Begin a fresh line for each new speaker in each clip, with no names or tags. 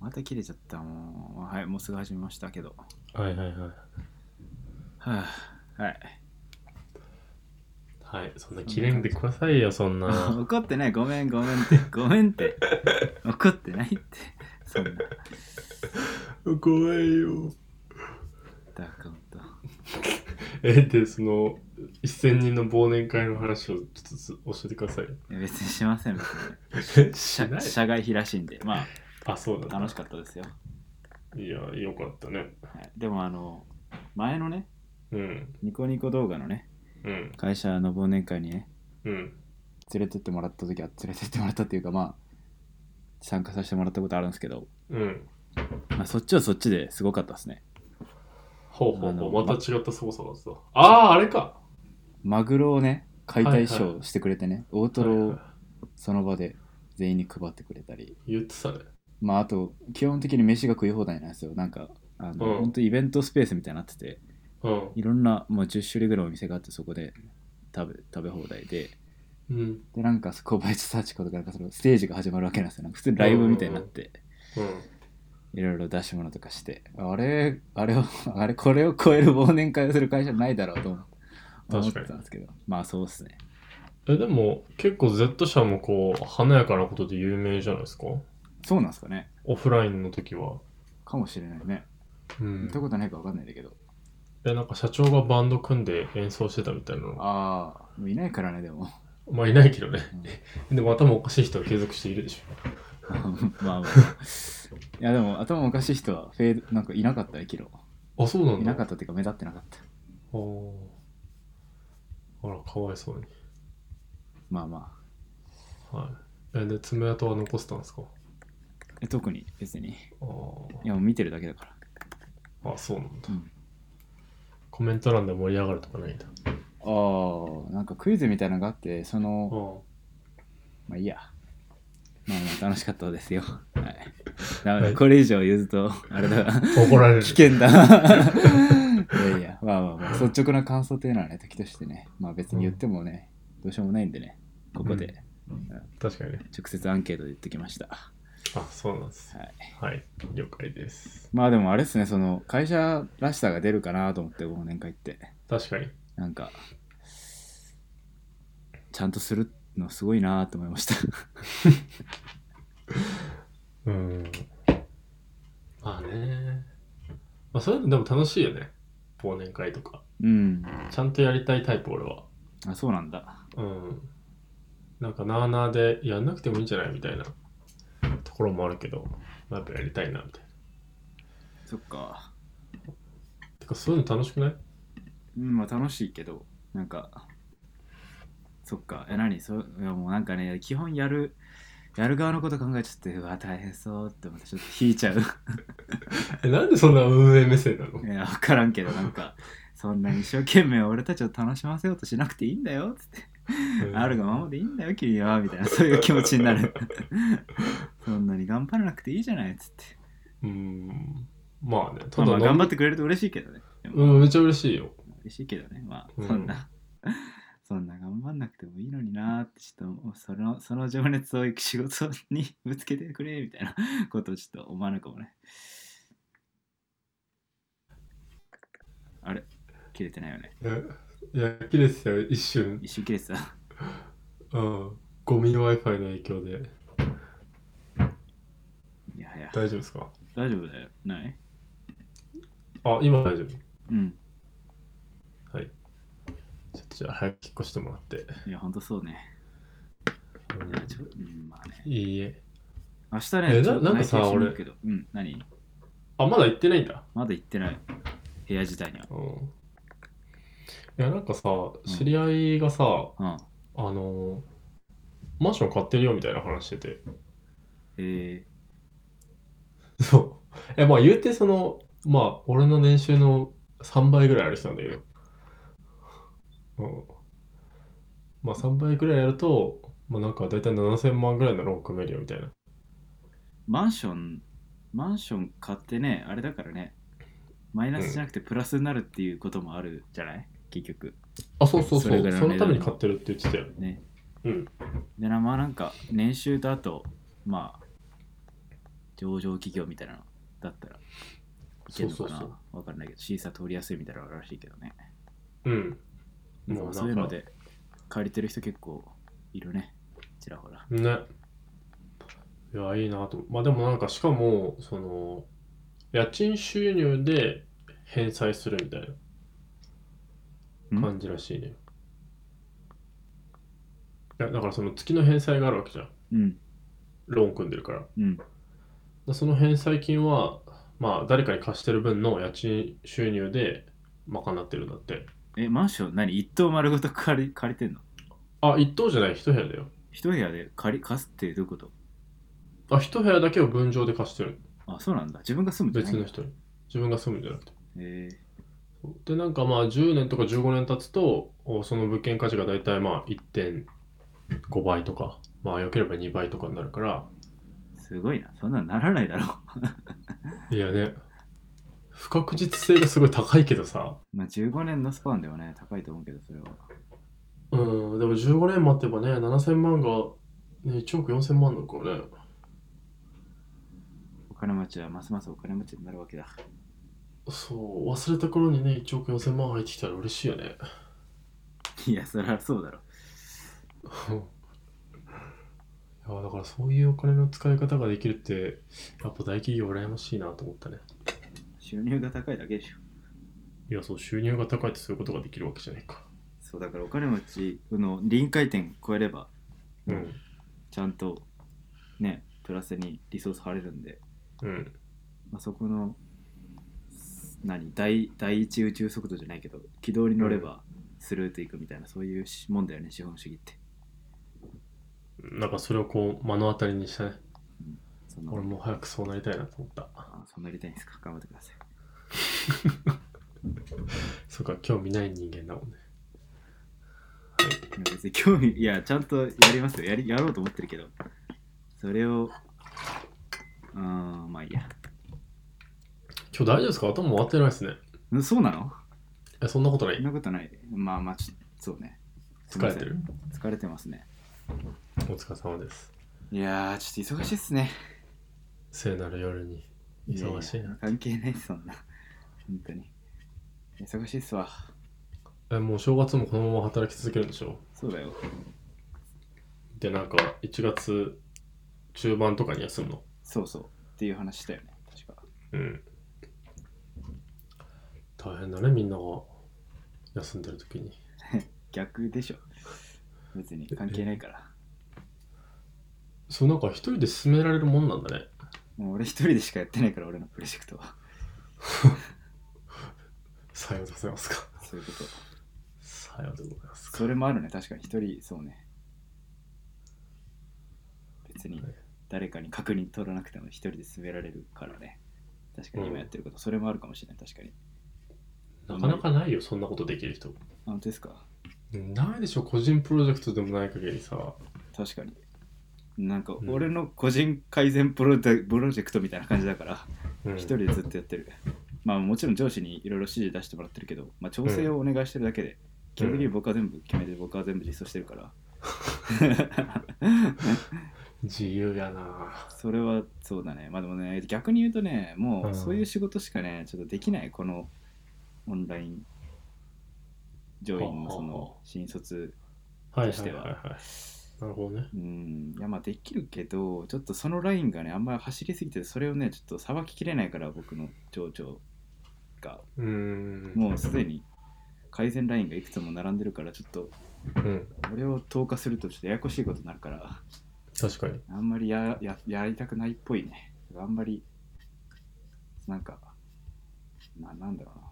また切れちゃった。もう、はい、もうすぐ始めましたけど。
はいはいはい。
はあ、はい。
はい、そんな切れんでくださいよ、そんな。
怒ってない。ごめん、ごめんって。ごめんって。怒ってないって。そんな。
怖いよ。
ダークアウント。
え、で、その、1000人の忘年会の話をちょっとず教えてください
いや別にしません。別
よ。
に。社社外費らしいんで。ま
あ、そう
あ、
だ、
楽しかったですよ。
いや、よかったね。
はい、でも、あの、前のね、
うん、
ニコニコ動画のね、
うん、
会社の忘年会にね、
うん。
連れてってもらった時は、連れてってもらったっていうか、まあ、参加させてもらったことあるんですけど、
うん。
まあ、そっちはそっちですごかったですね。
ほうほう
あの
ほう、また違った凄さだった。ああー、あれか。
マグロをね、解体シ
はい
ョーしてくれてね、大トロをその場で全員に配ってくれたり、
言ってたね。
まあ、あと、基本的に飯が食い放題なんですよ。なんか、あの、
うん
本当イベントスペースみたいになってて、
うん。
いろんな、もう10種類ぐらいお店があって、そこで食べ食べ放題で、
うん。
で、なんか、小林幸子とか、なんかそのステージが始まるわけなんですよ。なんか普通にライブみたいになって、
うん。
いろいろ出し物とかして、あれ、あれを、あれ、これを超える忘年会をする会社ないだろうと思って思
確
っ
か
て
に
たんですけど、まあそうですね。
え、でも、結構 Z 社もこう、華やかなことで有名じゃないですか
そうなんですかね。
オフラインの時は。
かもしれないね。
うん
行ったことないか分かんないんだけど。
え、なんか社長がバンド組んで演奏してたみたいなのが。
ああ、もういないからね、でも。
まあいないけどね。でも頭おかしい人は継続しているでし
まあまあ。 いや、でも頭おかしい人はフェード、なんかいなかったね、キロ。
ょ。あ、そうなんだ。
いなかったっていうか、目立ってなかった。
あーあら、かわいそうに。
まあま
はい。え、で、爪痕は残したんですか
あ。え特に別に。い
あ
や、もう見てるだけだから。
ーあ、そうなんだ。
うん
コメント欄で盛り上がるとかないんだ。
ああ、なんかクイズみたいなのがあって、そ
あ
の、
ー
まあいいや。まあまあ楽しかったですよ。 はい。ダメだ、これ以上言うと、あれだ、
怒られる
危。険だ。いやいや、まあまあまあ、率直な感想というのはね、時としてね、まあ別に言ってもね、どうしようもないんでね、ここで
確かにね。
直接アンケートで言ってきました。
あ、そうなんです。
はい、
はい。了解です。
まあでもあれですね、その会社らしさが出るかなと思って、忘年会って。
確かに。
なんか、ちゃんとするのすごいなと思いました。
うん。まあね。まあ、そういうのでも楽しいよね。忘年会とか。
うん。
ちゃんとやりたいタイプ、俺は。
あ、そうなんだ。
うん。なんか、なあなあで、やんなくてもいいんじゃないみたいなところもあるけど、まあやっぱやりたいな、みたいな。
そっか。
てか、そういうの楽しくない
うん、まあ楽しいけど、なんか、そっか、え、何そういやもうなんかね、基本やる、やる側のこと考えちゃって、うわ、大変そうって思って、ちょっと引いちゃう。
え、なんでそんな運営目線なの
いや、わからんけど、なんか、そんな一生懸命俺たちを楽しませようとしなくていいんだよ、つって。
うん
あるがままでいいんだよ、君は、みたいな、そういう気持ちになる。 そんなに頑張らなくていいじゃない、つって。
うん。まあね、
まあ、まあ
飲む
頑張ってくれると嬉しいけどね。でも
うん、めっちゃ嬉しいよ。
嬉しいけどね、ま
う
あ、
ん
そんな、 そんな頑張んなくてもいいのになーって、ちょっともうその、その情熱を仕事にぶつけてくれ、みたいな ことをちょっと思わぬかもね。あれ切れてないよね。
えいや、綺麗ですよ、一瞬。
一瞬切れてた。
うん。ゴミ Wi-Fi の影響で。
いやいや、
大丈夫ですか
大丈夫だよ。ない
あ、今大丈夫。
うん。
はい。ちょっとじゃあ早く引っ越してもらって。
いや、ほんとそうね。
うん
いやちょうん、まあね。
いいえ。
明日ね、
えな
ちょっと
なんかさ
内定しに行くけど、うん、何
あ、まだ行ってないんだ。
まだ行ってない。部屋自体には。
うん。いや、なんかさ、知り合いがさ、
うん。
あのー、マンション買ってるよみたいな話してて。
え
そう。え、まあ言うてその、まあ俺の年収の3倍ぐらいある人なんだけど。うん。まあ3倍ぐらいやると、まあなんか大体7000万ぐらいのローン組めるよみたいな。
マンション、マンション買ってね、あれだからね、マイナスじゃなくてプラスになるっていうこともあるじゃない、結局。
あ、そうそう
そ
そ
れ
う。
ぐらい
そ
の
の
値段
ために買ってるって言ってたよ。
ね。
うん。
でな、まあなんか、年収とあと、まあ、上場企業みたいなのだったらいけ
そ
る
う
の
そ
か
う
な
そう。
わかんないけど審査通りやすいみたいなのあるらしいけどね
うん。も
まあ
うなんか
そういうので借りてる人結構いるねちらほら
ね。いや、いいなと。まあでもなんか、しかも、その、家賃収入で返済するみたいな感じらしいね。いやだからその月の返済があるわけじゃん。
うん
ローン組んでるから。
うん
でその返済金は、まあ誰かに貸してる分の家賃収入で賄ってるんだって。
えマンション何一棟丸ごと借り借りてんの
あ、一棟じゃない、一部屋だよ。
一部屋で借り貸すってどういうこと
あ、一部屋だけを分譲で貸してる。
あそうなんだ自分が住むんじゃない
別
んだ
の人に。自分が住むんじゃなくて。
え
でなんかまあ10年とか15年経つとおその物件価値が大体まあ1.5倍とかまあ良ければ2倍とかになるから
ーすごいなそんなんならないだろう
いやね不確実性がすごい高いけどさ
まあ15年のスパンではね高いと思うけどそれは
うんでも15年待てばね7000万が、ね、1億4000万なのからね
お金持ちはますますお金持ちになるわけだ
そう忘れた頃にね1億4000万入ってきたら嬉しいよね
いやそりゃそうだろ
いやだからそういうお金の使い方ができるってやっぱ大企業羨ましいなと思ったね
収入が高いだけでしょ
いやそう収入が高いってそういうことができるわけじゃないか
そうだからお金持ちの臨界点超えれば
うん
ちゃんとねプラスにリソース張れるんで、
うん
まあ、そこのす何第第一宇宙速度じゃないけど軌道に乗ればスルーといくみたいな、そういうしもんだよね資本主義って
なんかそれをこう目の当たりにしたね
そんな
俺も早くそうなりたいなと思った
あそんなやりたいんですか頑張ってください
そっか興味ない人間だもんね
いや別に興味いやちゃんとやりますよやりやろうと思ってるけどそれをうーんまあいいや
今日大丈夫ですか頭回ってないですね
うんそうなの
えそんなことな
そん
い
なことないまあまあちょそうねすい
疲
ま
れ
せん
てる
疲れてますね
お疲れ様です
いやーちょっと忙しいっすね
聖なる夜に忙しい
やや
な
関係ないっすそんな本当に忙しいっすわ
えもう正月もこのまま働き続けるんでしょ
そうだよ
でなんか1月中盤とかに休むの
そうそうっていう話したよね確か
うん大変だねみんなが休んでる時に
逆でしょ別に関係ないから
そうなんか一人で進められるもんなんだね
もう俺一人でしかやってないから俺のプロジェクトは
さようでございますか
そういうこと
さようでございますか
それもあるね確かに一人そうね別に誰かに確認取らなくても一人で滑られるからね確かに今やってることそれもあるかもしれない確かに
なかなかないよ、そんなことできる人。
あ本当ですか
ないでしょ、個人プロジェクトでもない限りさ。
確かになんか
うん
俺の個人改善プロデプロジェクトみたいな感じだから
うん
一人でずっとやってるまあもちろん上司にいろいろ指示出してもらってるけど、まあ、調整をお願いしてるだけで基本的に僕は全部決めて僕は全部実装してるから
自由やな
それはそうだねまあでもね逆に言うとねも
う
うんそういう仕事しかねちょっとできないこのオンライン上院のそ
ほうほう
の
ほ
新卒
は
と
いは
し
い
て
は
はい
はい。なるほどね。
うんいやまあできるけどちょっとそのラインがねあんまり走りすぎてそれをねちょっとさばききれないから僕の情緒が
うーん。
もうすでに改善ラインがいくつも並んでるからちょっと
うん。
俺を投下するとちょっとややこしいことになるから
確かに。
あんまりやややりたくないっぽいねあんまりなんかななんだろうな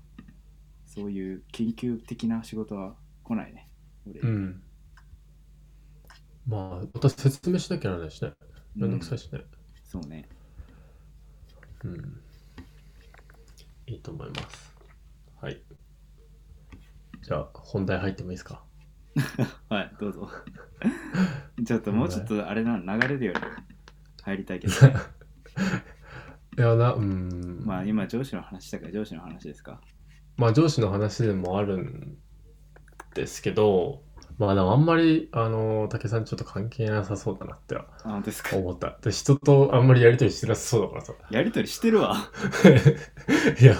そういう緊急的な仕事は来ないね俺、
うん。まあ、私説明しなきゃならないしね。めんどくさいしね。
そうね
うん。いいと思います。はい。じゃあ、本題入ってもいいですか
はい、どうぞ。 ちょっともうちょっとあれなの流れるように入りたいけど、
いやな、うーん。
まあ今上司の話だから上司の話ですか。
まあ上司の話でもあるんですけど、まあでもあんまり、あのー、武さんちょっと関係なさそうだなっては
あ本当ですか
思った。で、人とあんまりやりとりしてなさそうだからさ。
やりとりしてるわ
いや、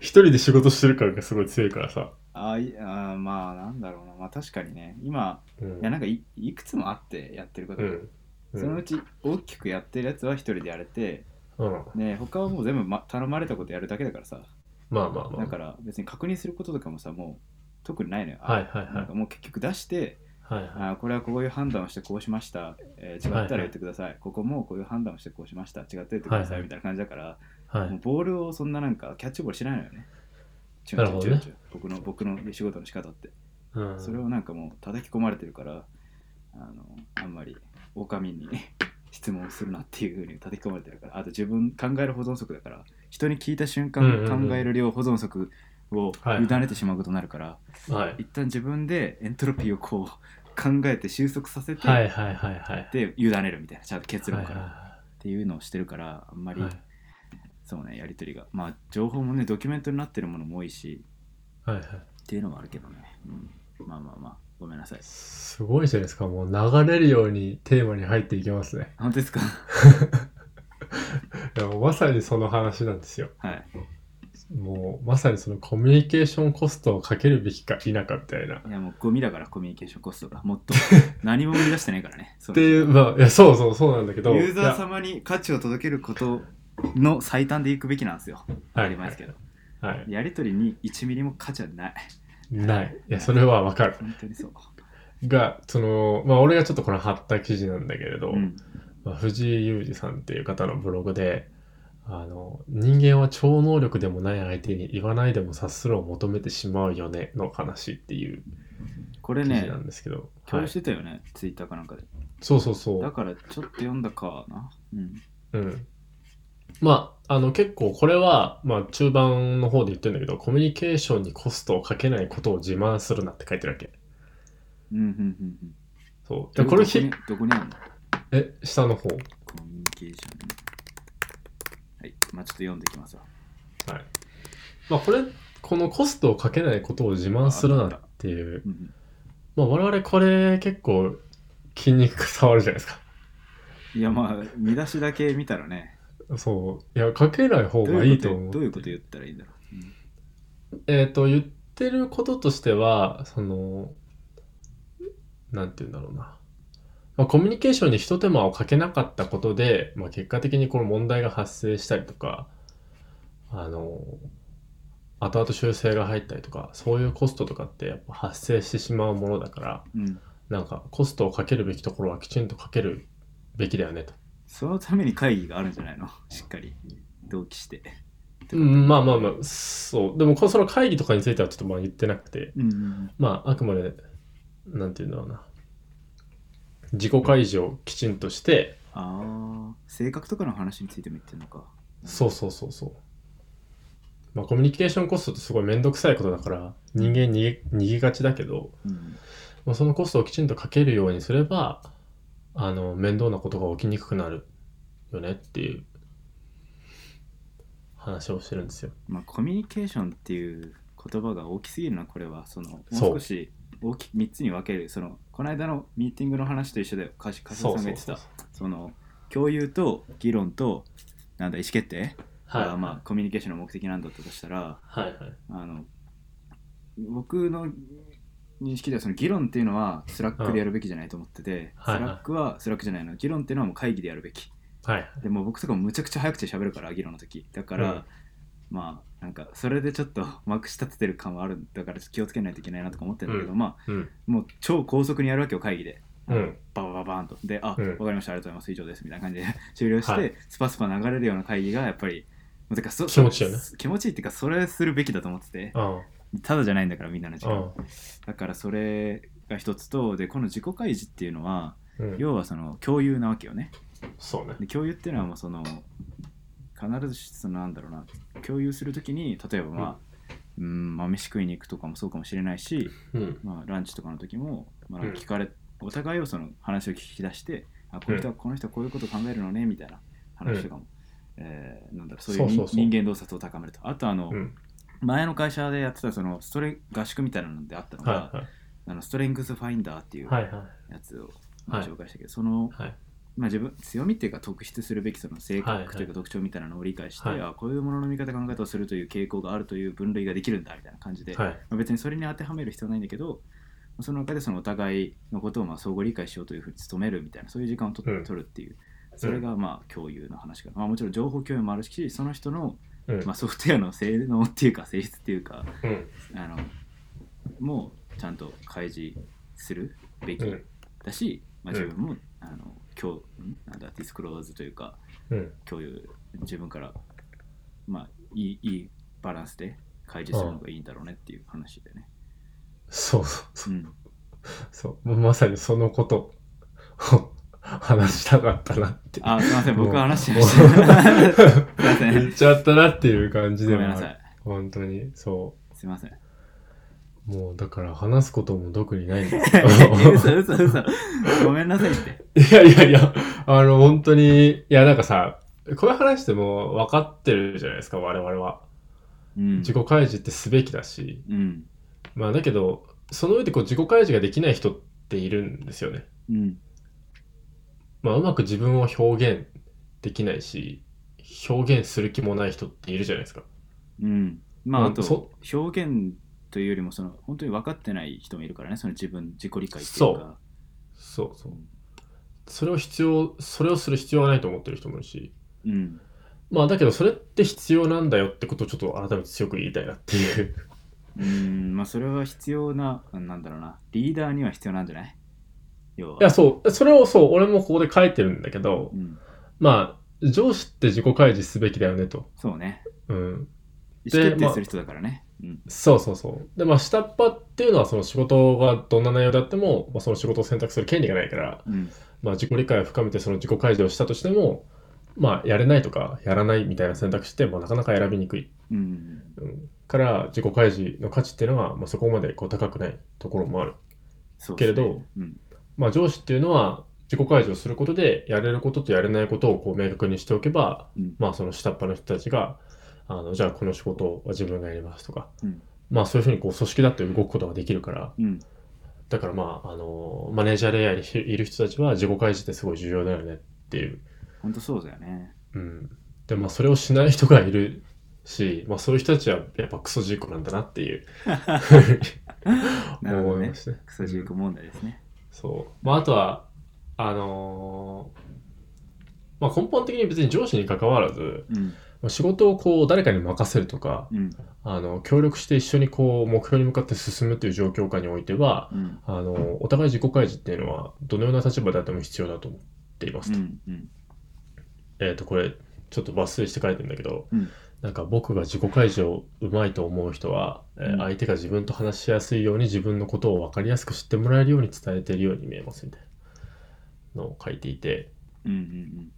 一人で仕事してる感がすごい強いからさ。
あいあーまあなんだろうなまあ確かにね今
うん。
いやなんかいいくつもあってやってること、
うん。うん
そのうち大きくやってるやつは一人でやれて
うん。
ね他はもう全部、ま、頼まれたことやるだけだからさ
まあまあまあ。
だから別に確認することとかもさもう特にないのよ、
はいはい
なんかもう結局出して
はい。はいはい。
あーこれはこういう判断をしてこうしました、えー違ったら言ってください、ここもこういう判断をしてこうしました違ったら言ってください
はいはい
みたいな感じだから、
は
もう
い。
ボールをそんななんかキャッチボールしないのよねチ
なるほどね
ュンチュンチュンチュン僕の僕の仕事の仕方って
うん。
それをなんかもう叩き込まれてるからあのあんまりおかみに 質問するなっていうふうに叩き込まれてるからあと自分考える保存則だから人に聞いた瞬間、
うんうんうん
考える量保存則を
はい
委ねてしまうことになるから、
はい。
一旦自分でエントロピーをこう考えて収束させて、
はいはいはいはい。
で委ねるみたいなちゃんと結論
はい
から、
は
っていうのをしてるからあんま
い
り、
はい。
そうねやり取りがまあ情報もねドキュメントになってるものも多いし
はいはい。
っていうのはあるけどね、うん、まあまあまあごめんなさい
すごいじゃないですか。もう流れるようにテーマに入っていきますね。
本当ですか
いやもうまさにその話なんですよ。
はい
もうまさにそのコミュニケーションコストをかけるべきか否かみたいな。っ
いやもうゴミだからコミュニケーションコストがもっ と何も生み出してないからねそう
ていう、まあ、いや、そうそうそうなんだけど。
ユーザー
ん。
様に価値を届けることの最短でいくべきなんですよ
は
あ
い
りますけど、
はい。
やり取りに1ミリも価値はない
ない。いや、それはわかる。
本当にそう、
が、その、まあ、俺がちょっとこの貼った記事なんだけれど、
うん、
まあ、藤井裕二さんっていう方のブログで、あの、人間は超能力でもない相手に言わないでも察するを求めてしまうよねの話っていう
これ
記事
ね
なんですけど、
共
は
有
い
し。てたよね、ツイッターかなんかで
そうそうそ
だ
う。
からちょっと読んだかなうん
うん。まあ、あの結構これは、まあ中盤の方で言ってるんだけど、コミュニケーションにコストをかけないことを自慢するなって書いてるわけ。
うんうんうんうん
そう。で、こ
どこ
れ
に
ひ、
どこにあるの
え、下の方。
コミュニケーションねはいまあちょっと読んできますわ
はい。まあこれ、このコストをかけないことを自慢するなっていう
うんうん
まあ、我々これ結構筋肉触るじゃないです
いやまあ見出しだけ見たらね
か。そう。いや、かけない方
ど
が
うい
い
う
い
こと
と思う。
どういうこと言ったらいいんだろう、うん
えっ、と、言ってることとしては、その、なんて言うんだろうな。まあ、コミュニケーションに一手間をかけなかったことで、まあ、結果的にこの問題が発生したりとか、あの、後々修正が入ったりとか、そういうコストとかってやっぱ発生してしまうものだから、
うん、
なんかコストをかけるべきところはきちんとかけるべきだよねと。
そのために会議があるんじゃないのしっかり同期して
うん、まあまあまあ、そう。でも、こその会議とかについてはちょっとまあ言ってなくて、
うんうん
まあ、あくまで、なんていうんだろうな。自己開示をきちんとして、
ああ性格とかの話についても言ってるのか
そうそうそうそう。まあ、コミュニケーションコストってすごいめんどくさいことだから、人間逃げ逃げがちだけど、
うん
まあ、そのコストをきちんとかけるようにすれば、あの、面倒なことが起きにくくなるよねっていう話をしてるんですよ。
まあコミュニケーションっていう言葉が大きすぎるなこれはそのもう
そ
少
う
し大き3つに分けるそのこの間のミーティングの話と一緒だよかし柏さんが言ってた
う。
その共有と議論となんだ意思決定
はい。
が、まあ、コミュニケーションの目的なんだったとしたら
はいはい。
あの僕の認識ではその議論っていうのはスラックでやるべきじゃないと思ってて、
はいは
ス
い
ラックはスラックじゃないの議論っていうのはもう会議でやるべき
はいはい。
でもう僕とかもむちゃくちゃ早口で喋るから議論の時だから、まあなんかそれでちょっとまくし立ててる感はあるんだからちょっと気をつけないといけないなとか思ってるんだけど、まあ
うん。うん。
もう超高速にやるわけよ会議で
うん。
ババババーンとであ、
うん
わかりましたありがとうございます以上ですみたいな感じで 終了して、
はい
スパスパ流れるような会議がやっぱりもうてかそ
気持ちいいよね
気持ちいいっていうかそれするべきだと思ってて
あ
ただじゃないんだからみんなの時
あ。
間だからそれが一つとでこの自己開示っていうのは
うん。
要はその共有なわけよね
そうね。
で共有っていうのはもうその必ずしそのなんだろうな共有するときに例えばまあ、うん、まあ飯食いに行くとかもそうかもしれないし、
うん。
まあ、ランチとかの時も、まあ、
うん
聞かれ、お互いをその話を聞き出して、あこの人はこの人はこういうことを考えるのねみたいな話とかも、えーなんだろうそういう
そうそうそう
人人間洞察を高めるとあとあの、
うん。
前の会社でやってたそのストレ合宿みたいなのであったのが、
はいはい。
あのストレングスファインダーっていう
はいは
やつをまあ
はい
紹介したけど、その、
いはい
まあ、自分強みっていうか特筆するべきその性
はい
格
はい
というか特徴みたいなのを理解して、
はい
あこういうものの見方考え方をするという傾向があるという分類ができるんだみたいな感じで、
はい
まあ、別にそれに当てはめる必要はないんだけどその中でそのお互いのことをまあ相互理解しようというふうに努めるみたいなそういう時間をと、
うん
取るっていうそれがまあ共有の話かな、まあ、もちろん情報共有もあるしその人の、
うん
まあ、ソフトウェアの性能っていうか性質っていうか
うん
あのもうちゃんと開示するべき
うん
だし、まあ、
うん
自分も、あの今日んなんだディスクローズというか
うん
共有自分からまあいいいいバランスで開示するのがいいんだろうねっていう話でね。
そうそうそう
うん
そう、 もうまさにそのことを話したかったなって。
あ、すみま せん、僕は話してま
もう
した。すみません。
言っちゃったなっていう感 じ
ごめ
で
んな
もあ
さ
る。
い。
本当に、そ
すみません。
う。もうだから話すことも特にないんだけど。
嘘嘘嘘。ごめんなさいって。
いやいやいや、あの、本当に、いや、なんかさ、こういう話ってもう分かってるじゃないですか、我々は。
うん。
自己開示ってすべきだし。
うん。
まあ、だけど、その上でこう自己開示ができない人っているんですよね。
うん。
まあ、うまく自分を表現できないし、表現する気もない人っているじゃないですか。
うん。まあ、
まあ
あと
そ、
表現というよりも、その、本当に分かってない人もいるからね、その自分、自己理解っていうか。
そうそう。それを必要、それをする必要がないと思ってる人もいるし、
うん。
まあだけどそれって必要なんだよってことをちょっと改めて強く言いたいなっ ていう。
うん。まあ、それは必要な、なんだろうな、リーダーには必要なんじゃない要は。
いや、そう、それをそう、俺もここで書いてるんだけど
う、ん。
まあ、上司って自己開示すべきだよねと。
そうね。
うん。
意思決定する人だからね。うん。
そうそうそう。で、まあ下っ端っていうのはその仕事がどんな内容であっても、まあ、その仕事を選択する権利がないから、
うん。
まあ自己理解を深めてその自己開示をしたとしても、まあやれないとか、やらないみたいな選択肢って、まあなかなか選びにくい。
うん。
うんから自己開示の価値っていうのは、まあ、そこまでこう高くないところもある。
そう
け
ですね
れど、
うん。
まあ、上司っていうのは自己開示をすることでやれることとやれないことをこう明確にしておけば、
うん
まあ、その下っ端の人たちがあのじゃあこの仕事は自分がやりますとか、
うん
まあ、そういうふうにこう組織だって動くことができるから
うん。
だから、まあ、あのマネージャーレイヤーにいる人たちは自己開示ってすごい重要だよねっていう。
本当そうだよね。
うん、でまあそれをしない人がいるし、まあ、そういう人たちはやっぱクソジーコなんだなっていう。
なるほど
思い
ね
ま。すね。
クソジーク問題ですね。
そう。まあ、あとは、あのーまあ、根本的に別に上司に関わらず、
うん。
まあ仕事をこう誰かに任せるとか、
うん。
あの、協力して一緒にこう目標に向かって進むという状況下においては、
うん。
あの、お互い自己開示っていうのは、どのような立場であっても必要だと思っています
う
と。
ん。うん。
えっ、と、これ、ちょっと抜粋して書いてるんだけど、
うん
なんか僕が自己開示をうまいと思う人は、えー
うん
相手が自分と話しやすいように自分のことを分かりやすく知ってもらえるように伝えているように見えますみたいなのを書いていて、
うん。うん。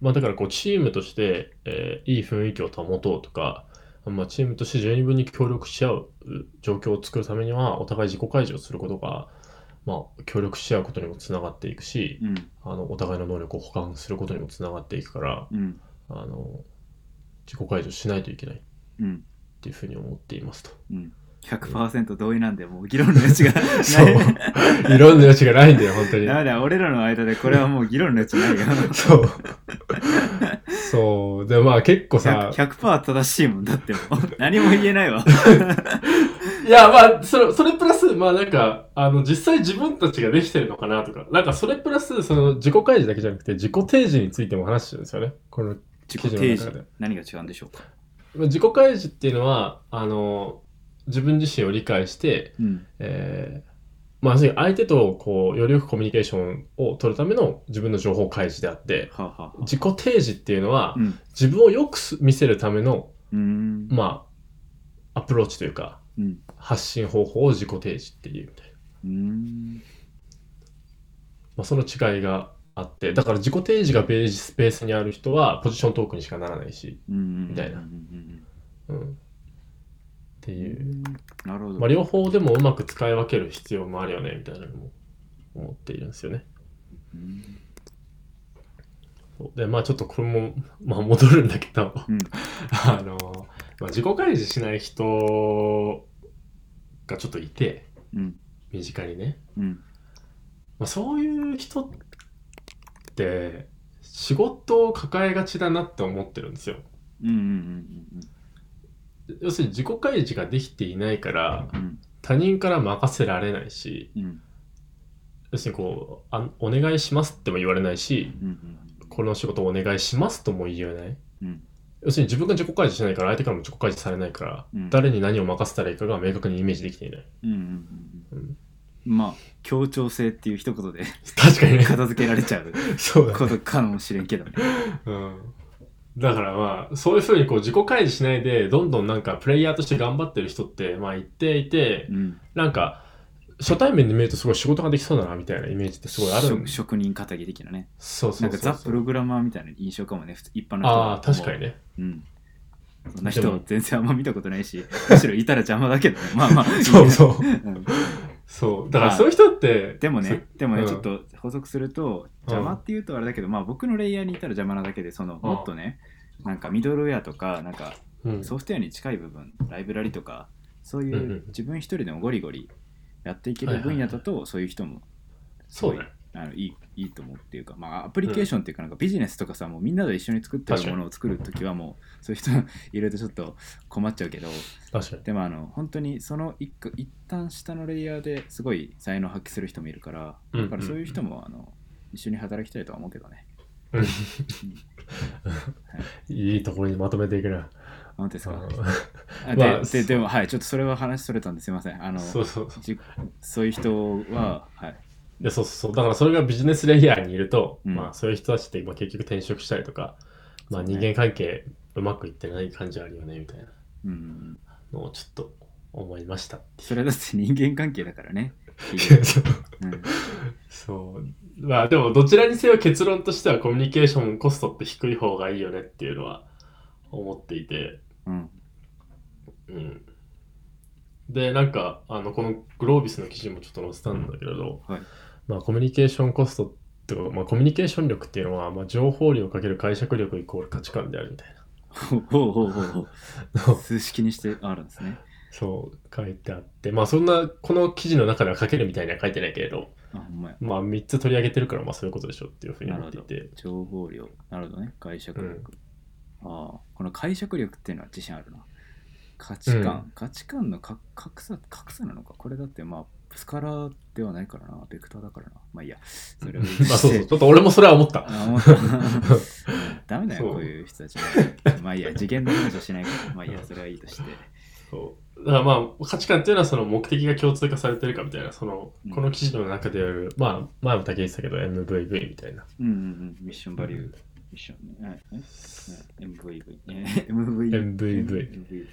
まあだからこうチームとして、えーいい雰囲気を保とうとか、まあ、チームとして十二分に協力し合う状況を作るためには、お互い自己開示をすることが、まあ、協力し合うことにもつながっていくし、
うん。
あのお互いの能力を補完することにもつながっていくから、
うん。
あの自己解除しないといけないっ
うん。
ていうふうに思っていますと。
うん。100%同意なんで、もう議論の余地がない。
そう。 いろんな余地がないんだよ、本当に。
だめだ、俺らの間でこれはもう議論の余地ないよ。
そう。そう。で、まあ結構さ
100%、100%正しいもんだっ てもう何も言えないわ。
いや、まあ、それ、それプラス、まあなんか、あの、実際自分たちができてるのかなとか、なんかそれプラス、その自己開示だけじゃなくて、自己提示についても話してるんですよね。この、
自己提示。何が違うんでしょうか。
まあ自己開示っていうのは、あの、自分自身を理解して、
うん。
えーまあ、相手とこうよりよくコミュニケーションを取るための自分の情報開示であって
はあ、はあはあ
自己提示っていうのは
うん。
自分をよくす見せるための、
うん。
まあ、アプローチというか
うん。
発信方法を自己提示っていうみたいな、
うん。
まあ、その違いがあってだから自己提示がベースベースにある人はポジショントークにしかならないし、
うん。
みたいな
うんうん
うん、って
うんう
いう、
ん。なるほど。
まあ、両方でもうまく使い分ける必要もあるよねみたいなのも思っているんですよね。
うん
そうでまあちょっとこれも、まあ、戻るんだけど
うん。
あの、まあ、自己開示しない人がちょっといて
うん。
身近にね、
うん
まあ、そういう人って仕事を抱えがちだなって思ってるんですよ
うんうん
要するに自己開示ができていないから
うんうん
他人から任せられないし
うんうん
要するにこうあお願いしますっても言われないし
うんうん
この仕事お願いしますとも言えない
うん
要するに自分が自己開示しないから相手からも自己開示されないから、
うん
誰に何を任せたらいいかが明確にイメージできていない、
うんうんうんまあ協調性っていう一言 で
確かにね
片付けられちゃう
そうだ、
ことかもしれんけどね
うん、だからまあそういうふうにこう自己開示しないでどんどんなんかプレイヤーとして頑張ってる人ってまあ一定いて
うん
なんか初対面で見るとすごい仕事ができそうだなみたいなイメージってすごいあるん
職職人肩ぎ的なね
そう
な
そ
ん
う
か
そ
ザ・
うそ
プ
う
ログラマーみたいな印象かもねふつ一般の人
あ
は
あ確かにね
うんそんな人
でも
全然あんま見たことないし むしろいたら邪魔だけど ねまあまあ
そう そう
うん
そうだか
ま
ら
あ
そういう人って
でもね、でもね、
うん
ちょっと補足すると、邪魔っていうとあれだけど、まあ僕のレイヤーにいたら邪魔なだけで、その
うん
もっとね、なんかミドルウェアとか、なんか
うん
ソフトウェアに近い部分、ライブラリとか、そうい
うんう
うん自分一人でもゴリゴリやっていけ
は
る
いはい
分野だと、そういう人も
そうね
あのいいいいと思うっていうか、まあアプリケーションっていうか、なんかビジネスとかさ、もうみんなで一緒に作って
確
る
かに
ものを作るときは、もうそういう人いるとちょっと困っちゃうけど、
確かに
でもあの本当にその一個一旦下のレイヤーですごい才能発揮する人もいるから、
うん
だからそういう人もあの一緒に働きたいとは思うけどね。
うんいいところにまとめていくな。
なんですか、あ
まあ
で
そ
ででもはいちょっとそれは話それたんですいません。あ
うん
の
そうそうそう
じそういう人は、はい。
でそうそうそうだからそれがビジネスレイヤーにいると、
うん
まあそういう人たちって今結局転職したりとか、まあ
そうね
人間関係うまくいってない感じあるよねみたいな
うん、
のをちょっと思い ました。
それだって人間関係だから ね。うん、
そうまあでもどちらにせよ結論としてはコミュニケーションコストって低い方がいいよねっていうのは思っていて、
うん、
うん、でなんかあのこのグロービスの記事もちょっと載せたんだけれど、
はい
まあ、コミュニケーションコストっていうか、まあ、コミュニケーション力っていうのは、まあ、情報量かける解釈力イコール価値観であるみたい
ほうほうほうほ
なの
う。
を
数式にしてあるんですね。
そう書いてあってまあそんなこの記事の中では書けるみたいには書いてないけれど、
あ、ほんまや。
まあ、3つ取り上げてるからまあそういうことでしょうっていうふうに
なる
思っ
ほ
てい
ど
て。
情報量。なるほどね。解釈力。ああ、この解釈力っていうのは自信あるな。価値観。
う
価値観のか格差、格差なのか。これだってまあ、スカラではないからな。ベクターだからな。まあいいや。それを
まあそうそうちょっと俺もそれは思った。
あ思ったダメだ
そ
よ、
う
こういう人たちね。まあいいや、次元の話はしないから。まあいいや、それはいいとして。
そうだからまあ価値観っていうのはその目的が共通化されてるかみたいなその
うん
この記事の中である、まあ前も竹内さんけど MVV みたいな
うんうんうん。ミッションバリュー。ミッションね。はいええ MVV。え MV。
MVV
MVV。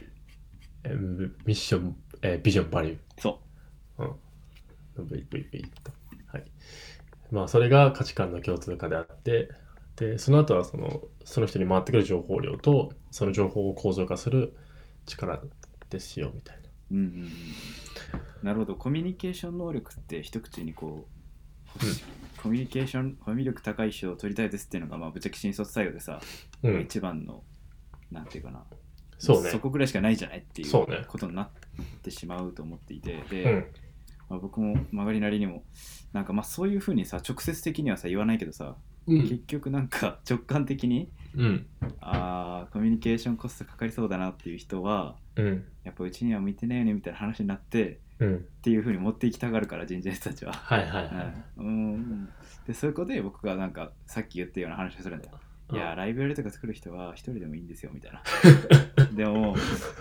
MV ミッション、えービジョンバリュ
そ
ー VVV と、はい、まあそれが価値観の共通化であってでその後はそのその人に回ってくる情報量とその情報を構造化する力ですよみたいな
う。うんうんうん。なるほど。コミュニケーション能力って一口にこう、コミュニケーション、コミュ力高い人を取りたいですっていうのが、まあ、ぶっちゃけ新卒採用でさ、
うん
一番の、なんていうかな、
そうね
こぐらいしかないじゃないってい
そうね
うことになってしまうと思っていて、で、
うん
まあ、僕も曲がりなりにも、なんかまあそういうふうにさ、直接的にはさ、言わないけどさ、
う
結
ん
局なんか直感的に、
うん
ああ、コミュニケーションコストかかりそうだなっていう人は、
うん
やっぱうちには向いてないよねみたいな話になって、
うん
っていうふうに持っていきたがるから人材たちは。
はいはいはい、
うんうん、でそういうことで僕がなんかさっき言ったような話をするんだよ。いやーライブラリとか作る人は一人でもいいんですよみたいな。 でも、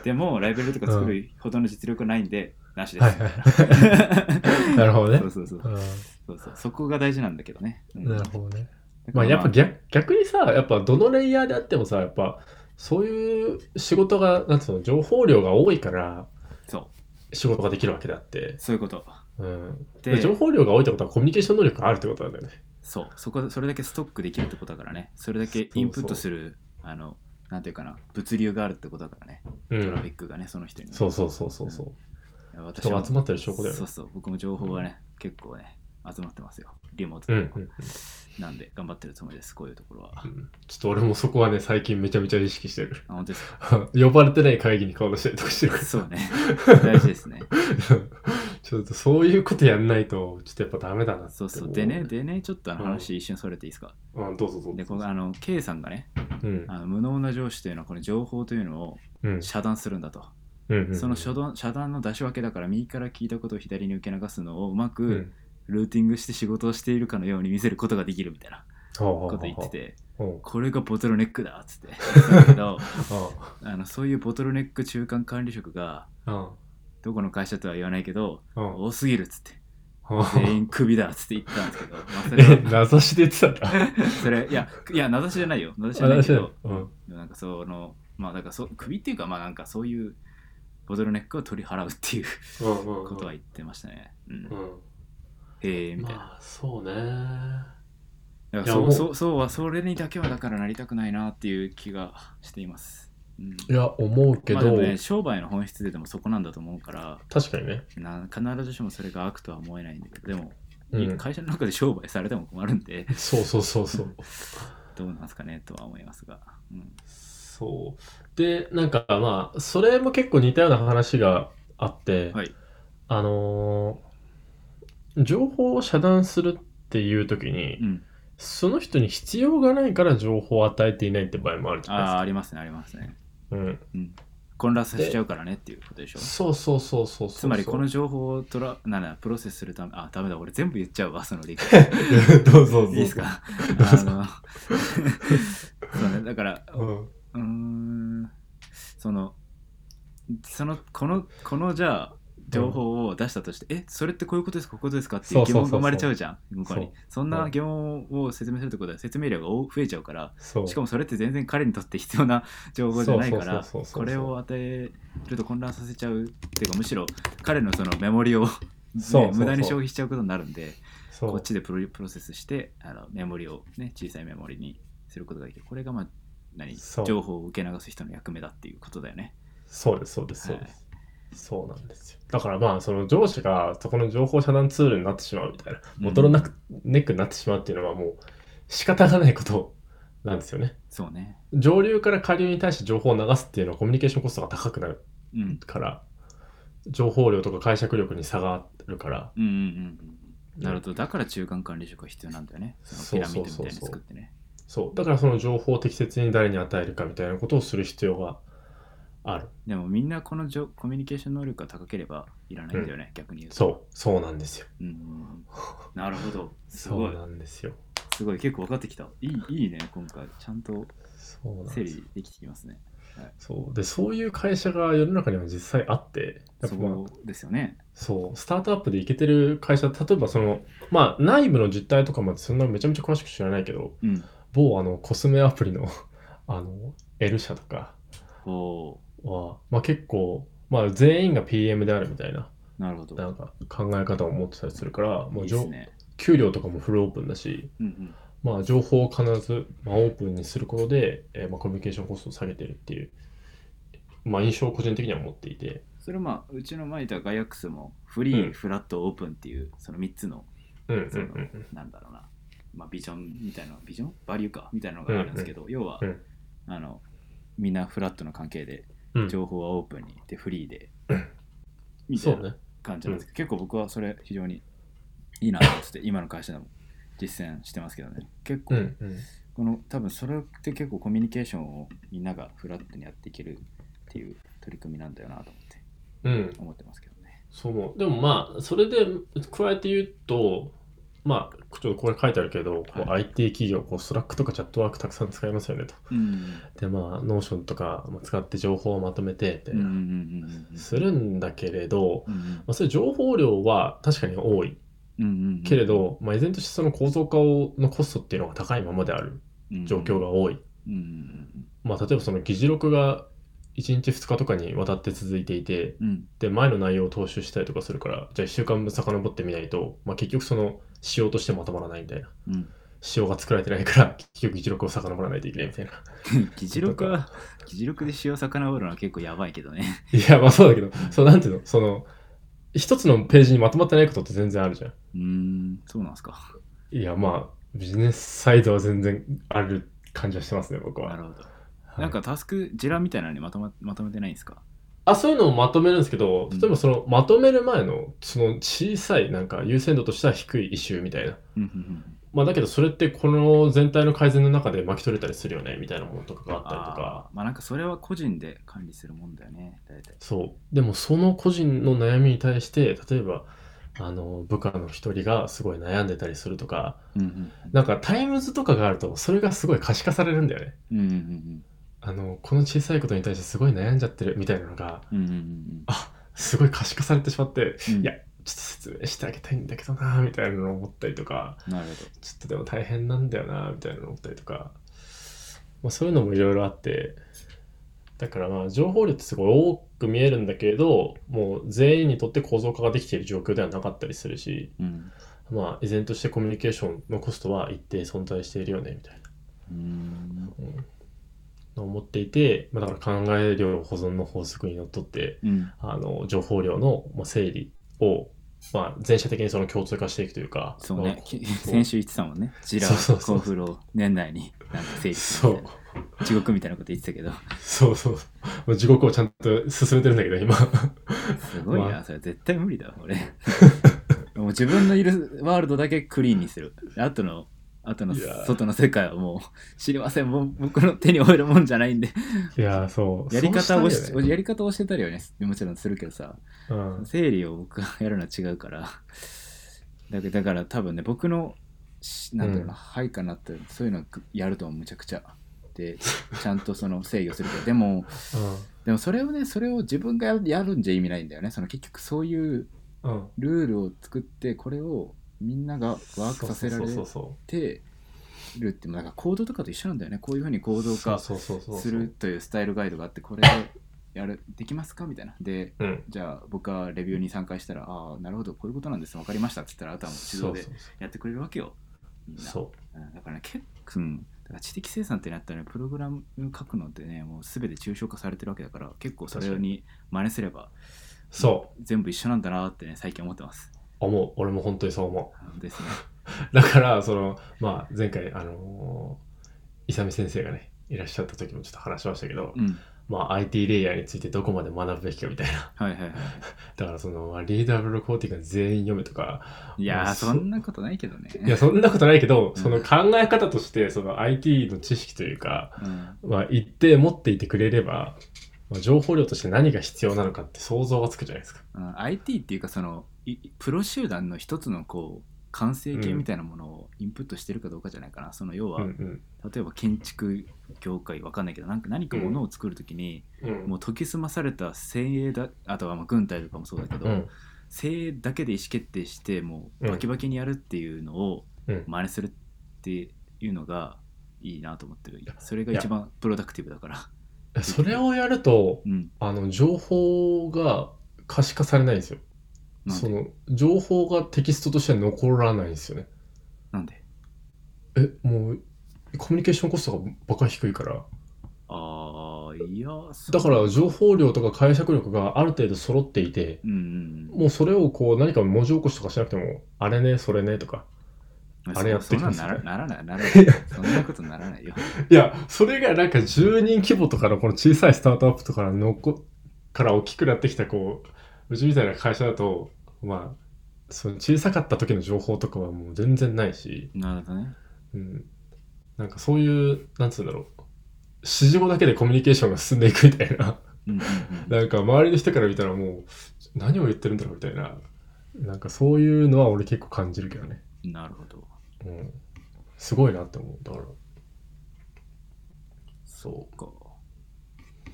でもライブラリとか作るほどの実力ないんで、なしです。
はい はい。なるほどね
そう。そうそう
うん
そうそう。そこが大事なんだけどね。うん
なるほどね。
だか
まあ
ら
やっぱ逆逆にさ、やっぱどのレイヤーであってもさ、やっぱそういう仕事が、なんつうの、情報量が多いから
そ
仕事ができるわけであって
う、、そういうこと。
うん、
で、
情報量が多いってことはコミュニケーション能力があるってことなんだよね。
そう、そこそれだけストックできるってことだからね。それだけインプットする、あの、なんていうかな、物流があるってことだからね。
う
トラフィ
ん。
ックがね、その人にね。
そうそうそうそうそう。
いや私
人
も
が集まってる証拠だよ
そ
ね
う。そう、僕も情報はね、結構ね、集まってますよ。リモート
うん
で、
うん、
なんで、頑張ってるつもりです、こういうところは。
う
あ、
んちょっと俺もそこはね、最近めちゃめちゃ意識してる。
本当ですか。
呼ばれてない会議に顔出したりとかしてるか
そうね。大事ですね。
ら。ちょっちょっとそういうことやんないと、ちょっとやっぱダメだなって
そうそう。
思
でね、。でね、ちょっとあの
うん
話一瞬それていいですか。
うん、どうぞどうぞ。
で、このあの K さんがね、
うん。
あの無能な上司というのはこの情報というのを
うん。
遮断するんだと。
うんうん
その遮断遮断の出し分けだから右から聞いたことを左に受け流すのをうま
う
く
ん。
ルーティングして仕事をしているかのように見せることができるみたいな
こ
こと言って。て、
うん
これがボトルネックだっつ って。だけど
あ
あの、そういうボトルネック中間管理職が
あ。
どこの会社とは言わないけど、
うん。うん。
多すぎるっつって。全
え、
員クビだっつって言ったんですけど、まあ、それは
名指しで言ってたんだ。
それいやいや名指しじゃないよ名指しじゃ
名
ない
指し
け
だ
ど
よ。うん。
でもなんかそのまあだからそクビっていうかまあなんかそういうボトルネックを取り払うっていう
うんうんうん
ことは言ってましたね、うん
うん。
へえみたいな
まあ、そうね。
だ
い
か
や
らそ
も
う
う
そうそうはそれにだけはだからなりたくないなっていう気がしています、うん
いや、思うけ
まあで
ど
も、ね、商売の本質ででもそこなんだと思うから
確かにね。
な必ずしもそれが悪とは思えないんだけどでも、
うん。
会社の中で商売されても困るん で
そうそうそうそう。
どうなんですかねとは思いますが、うん、
そう。で、なんかまあ、それも結構似たような話があって、
はい
あのー情報を遮断するっていう時に、
うん、
その人に必要がないから情報を与えていないって場合もあるじゃ
あ
ない
あありますねありますね
ですか。
混乱させちゃうからねっていうことでし
う
ょ
ん、そうそうそうそうそう。
つまりこの情報をトラなんだプロセスするためあダメだ俺全部言っちゃうわそのでいい
どうぞどうぞ。
いいですか
どう
あ
ぞ
の そうねだから
うん。
うーんそのそのこのこのじゃあ情報を出したとして、えそれってこういうことですかこういうことですかっていう疑問が生まれちゃうじゃん向こうに
そう
そんな疑問を説明するってことは説明量が多増えちゃうから
そう。
しかもそれって全然彼にとって必要な情報じゃないから
そうそうそうそうそう
これを与えると混乱させちゃうっていうかむしろ彼のそのメモリをね、
そうそうそう
無駄に消費しちゃうことになるんで
そう
こっちでプロプロセスしてあのメモリを、ね、小さいメモリにすることができるこれがまあ何
そう
情報を受け流す人の役目だっていうことだよね
そうです、そうです、そ
はいう
です。そうなんですよ。だからまあ、その上司がそこの情報遮断ツールになってしまうみたいな、
うん
ボトルなくネックになってしまうっていうのはもう仕方がないことなんですよね。
そうね
上流から下流に対して情報を流すっていうのはコミュニケーションコストが高くなる
うん
から、情報量とか解釈力に差があるから、
うんうんうんうんなるほどだから中間管理職が必要なんだよねそのピラミッドみたいに作ってね
そう、だからその情報を適切に誰に与えるかみたいなことをする必要がある。
でもみんなこのじょコミュニケーション能力が高ければいらないんだよね、逆に言うと
そう、そうなんですよ。
うんうんうんなるほど。す
そ
ご
う
い。
なんですよ。
すごい。結構分かってきた。いいいいね、今回。ちゃんと
そうなんです
整
よ
理できてきますね。
そうでそういう会社が世の中には実際あってやっぱ、まあ、
そうですよね。
そうスタートアップでいけてる会社例えばそのまあ内部の実態とかまでそんなめちゃめちゃ詳しく知らないけど
うん。
某あのコスメアプリの あの L 社とか
お
は、まあ、結構、まあ、全員が PM であるみたいな
ーなるほど。
なんか考え方を持ってたりするからも
いうい
じ
で
ょ
すね。
給料とかもフルオープンだし、
うんうん。
まあ、情報を必ず、まあ、オープンにすることで、えーまあ、コミュニケーションコストを下げてるっていう、まあ、印象を個人的には持っていて。
それまあ、うちの前いたガイアックスも、フリー、
うん
フラット、オープンっていう、その3つの、
うんうん
その
うんうん、
なんだろうな、まあ、ビジョンみたいな、ビジョンバリューかみたいなのがあるんですけど、要は、
うん
あの、みんなフラットの関係で、
うん
情報はオープンに、で、フリーで、みた
そ
いうな
ね。
感じなんですけど、結構僕はそれ非常にいいなと思ってて今の会社でも実践してますけどね結構、
うん、うん。
この多分それって結構コミュニケーションをみんながフラットにやっていけるっていう取り組みなんだよなと思って
うん、
思ってますけどね
そう思う。でもまあ、それで加えて言うと、まあ、ちょっとこれ書いてあるけど、こう
は
IT 企業、こう、スラックとかチャットワークたくさん使いますよねと。
うん
で、まあ、ノーションとかまあ使って情報をまとめて、み
うんうん
た
う
いな、
んうん
するんだけれど、
うん
まあ、それ情報量は確かに多い
うんうん
けれど、まあ、依然としてその構造化をのコストっていうのが高いままである状況が多い。
うんうん
まあ、例えばその議事録が1日2日とかにわたって続いていて、
うんうん
で前の内容を踏襲したりとかするからじゃあ1週間分遡ってみないと、まあ、結局その仕様としてまとまらないみたいな
うん
仕様が作られてないから 結局議事録を遡らないといけないみたいな
議事録は議事録で使用さかのぼるのは結構やばいけどね
いやまあそうだけどそうなんていうのその一つのページにまとまってないことって全然あるじゃん
うーんそうなんすか
いやまあビジネスサイドは全然ある感じはしてますね僕は
なるほど
はい
なんかタスクジラみたいなのにまとままとめてないんですか
あ、そういうのをまとめるんですけど、
うん
例えばそのまとめる前の、その小さい、なんか優先度としては低いイシューみたいな。
うんうん
まあだけどそれってこの全体の改善の中で巻き取れたりするよね、みたいなものとか
うん
があったりとか。
あーまあなんかそれは個人で管理するもんだよね、大体。
そう。でもその個人の悩みに対して、例えば、あの、部下の一人がすごい悩んでたりするとか、
うんうん
なんかタイムズとかがあると、それがすごい可視化されるんだよね。
うんうん
あの、この小さいことに対してすごい悩んじゃってるみたいなのが、
うんうんうんうん
すごい可視化されてしまって、
うん
いやちょっと説明してあげたいんだけどなみたいなのを思ったりとか
なるほ
ちょっとでも大変なんだよなみたいなのを思ったりとか、まあ、そういうのもいろいろあってだからまあ情報量ってすごい多く見えるんだけれどもう全員にとって構造化ができている状況ではなかったりするし
ど。うん
まあ依然としてコミュニケーションのコストは一定存在しているよねみたいな。
うーん
うんのを思っていて、まあ、だから考え量保存の法則にのっとって
うん
あの情報量のまあ整理を、まあ、全社的にその共通化していくというか
そうね、
まあ
き
そう
先週言ってたもんね。ジラ
そうそうそう
幸風呂年内になんか整理す
そ
るみ
う
たいな地獄みたいなこと言ってたけど、
そうそう もう地獄をちゃんと進めてるんだけ ど今
すごい
ま
な、それ絶対無理だわ、俺。 もう自分のいるワールドだけクリーンにする。あとの、あとの
いやー
外の世界はもう知りません、もう僕の手に負えるもんじゃないんで。
いやーそう
やり方を
そう
し
したいよね
やり方を教えたりはね、もちろんするけどさ、
うん
整理を僕がやるのは違うからだけだから多分ね僕のしなんだろうな、
うん
配下になってそういうのぐやると思うむちゃくちゃでちゃんとその制御するけどでもでもそれをねそれを自分がややるんじゃ意味ないんだよねその結局そういう
うんうん
ルールを作ってこれをみんながワークさせられ
そうそう
てるってもうだから行動とかと一緒なんだよねこういうふうに行動
そう
化
そうそうそうそう
するというスタイルガイドがあってこれでやるできますかみたいなで
うん
じゃあ僕はレビューに参加したら、ああ、なるほど、こういうことなんです、わかりましたって言ったら、あとはもう自動で
そう
やってくれるわけよ。みんな
そう
うんだからね、結構、うんだから知的生産ってなったらね、プログラム書くのってね、もう全て抽象化されてるわけだから、結構それ
確か
に真似すれば
そうそう
全部一緒なんだなってね、最近思ってます。
思う俺も本当にそう思う
うんです ね。
だから、その、まあ、前回、あのー、伊佐美先生がね、いらっしゃった時もちょっと話しましたけど、
うん。
まあ、IT レイヤーについてどこまで学ぶべきかみたいな。
はいはいはい。
だから、その、まあリーダブルコーティング全員読めとか、
いや
ま
ー、
あ
そんなことないけどね。
いや、そんなことないけど、
うん
その考え方として、その IT の知識というか、
うん、
まあ、一定持っていてくれれば、まあ、情報量として何が必要なのかって想像がつくじゃないですか。
うん、IT っていうか、その、いプロ集団の一つのこう、完成形みたいなものをインプットしてるかどうかじゃないかな。その要
う
は、
ん
例えば建築業界わかんないけどなんか何かものを作るときに、
うん。うん
もう研ぎ澄まされた精鋭だあとはまあ軍隊とかもそうだけど、
うん。
精鋭だけで意思決定してもうバキバキにやるっていうのを
うん。
真似するっていうのがいいなと思ってるそれが一番プロダクティブだから
それをやると
う、ん
あの、情報が可視化されないんですよ。
なん
そ
で
の情報がテキストとして残らないんですよね。
なんで
え、もうコミュニケーションコストがバカ低いから。
ああいや
だからら情報量とか解釈力がある程度揃っていて、
うんうんうん
もうそれをこう何か文字起こしとかしなくても、あれね、それねとか。
ま
あれやって
そ
き
そん
ま
な
す
な
ね
らならないならないそんなことならないよ
いや、それがなんか10人規模とかのこの小さいスタートアップとかのこから大きくなってきたこう、うちみたいな会社だと、まあ、その小さかった時の情報とかはもう全然ないし、
なるほどね
うん、なんかそういう、なんつうんだろう。指示語だけでコミュニケーションが進んでいくみたいな。
うんうんうん
なんか周りの人から見たらもう、何を言ってるんだろうみたいな。なんかそういうのは俺結構感じるけどね。
なるほど
うん。すごいなって思う。だから。そう。
か
い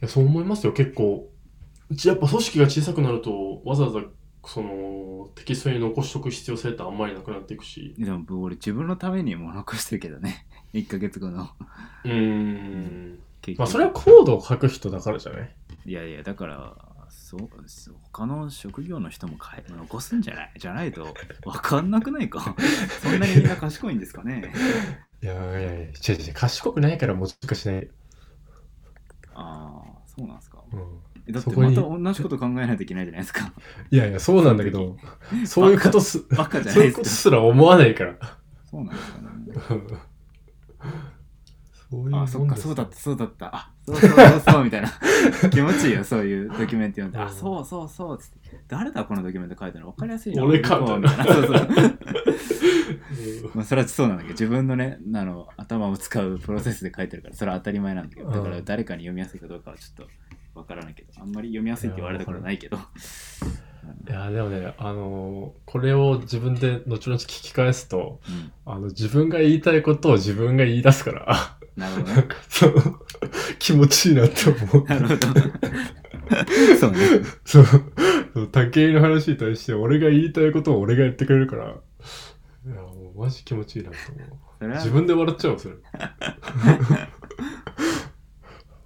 や、そう思いますよ。結構。うちやっぱ組織が小さくなると、わざわざ、その、テキストに残しとく必要性ってあんまりなくなっていくし。
でも僕俺自分のためにも残してるけどね 1ヶ月後の
うーん。
経験
まあそれはコードを書く人だからじゃない
いやいやだからそうそう他の職業の人も変え残すんじゃないじゃないと分かんなくないか そんなにみんな賢いんですかね
いやいやいや、違う違う、賢くないから文字化しない。
ああそうなんですか
うん、
えだって
そこ
ま
に
た同じこと考えないといけないじゃないです か
いやいや、そうなんだけ ど、そういうことす、
バカじゃ
そ
な
うい
いう
こ
で
と
すか
すら思わないから。
そうなんですかね
うんそういうもん
あ、
です
そっか、そうだった、そうだった。あ、そうそうそうそう、みたいな。 気持ちいいよ、そういうドキュメント読んで。
うん
あ、そうそうそう、つって。誰だ、このドキュメント書いたの分かりやすいな。
俺かみたいな
こうそうそう。
うん
まあ、それはそうなんだけど、自分のね、あの、頭を使うプロセスで書いてるから、それは当たり前なんだけど、だか
う
ら
ん
誰かに読みやすいかどうかはちょっと分からないけど、あんまり読みやすいって言われたことないけど。
いやでもねあのこれを自分で後々聞き返すと
うん。
あの自分が言いたいことを自分が言い出すから
なるほど
なん
ね。
かその気持ちいいなって思う
なるほど。 そうね。
そうそう武井の話に対して俺が言いたいことを俺が言ってくれるからいやもうマジ気持ちいいなと思う
それは
自分で笑っちゃう それ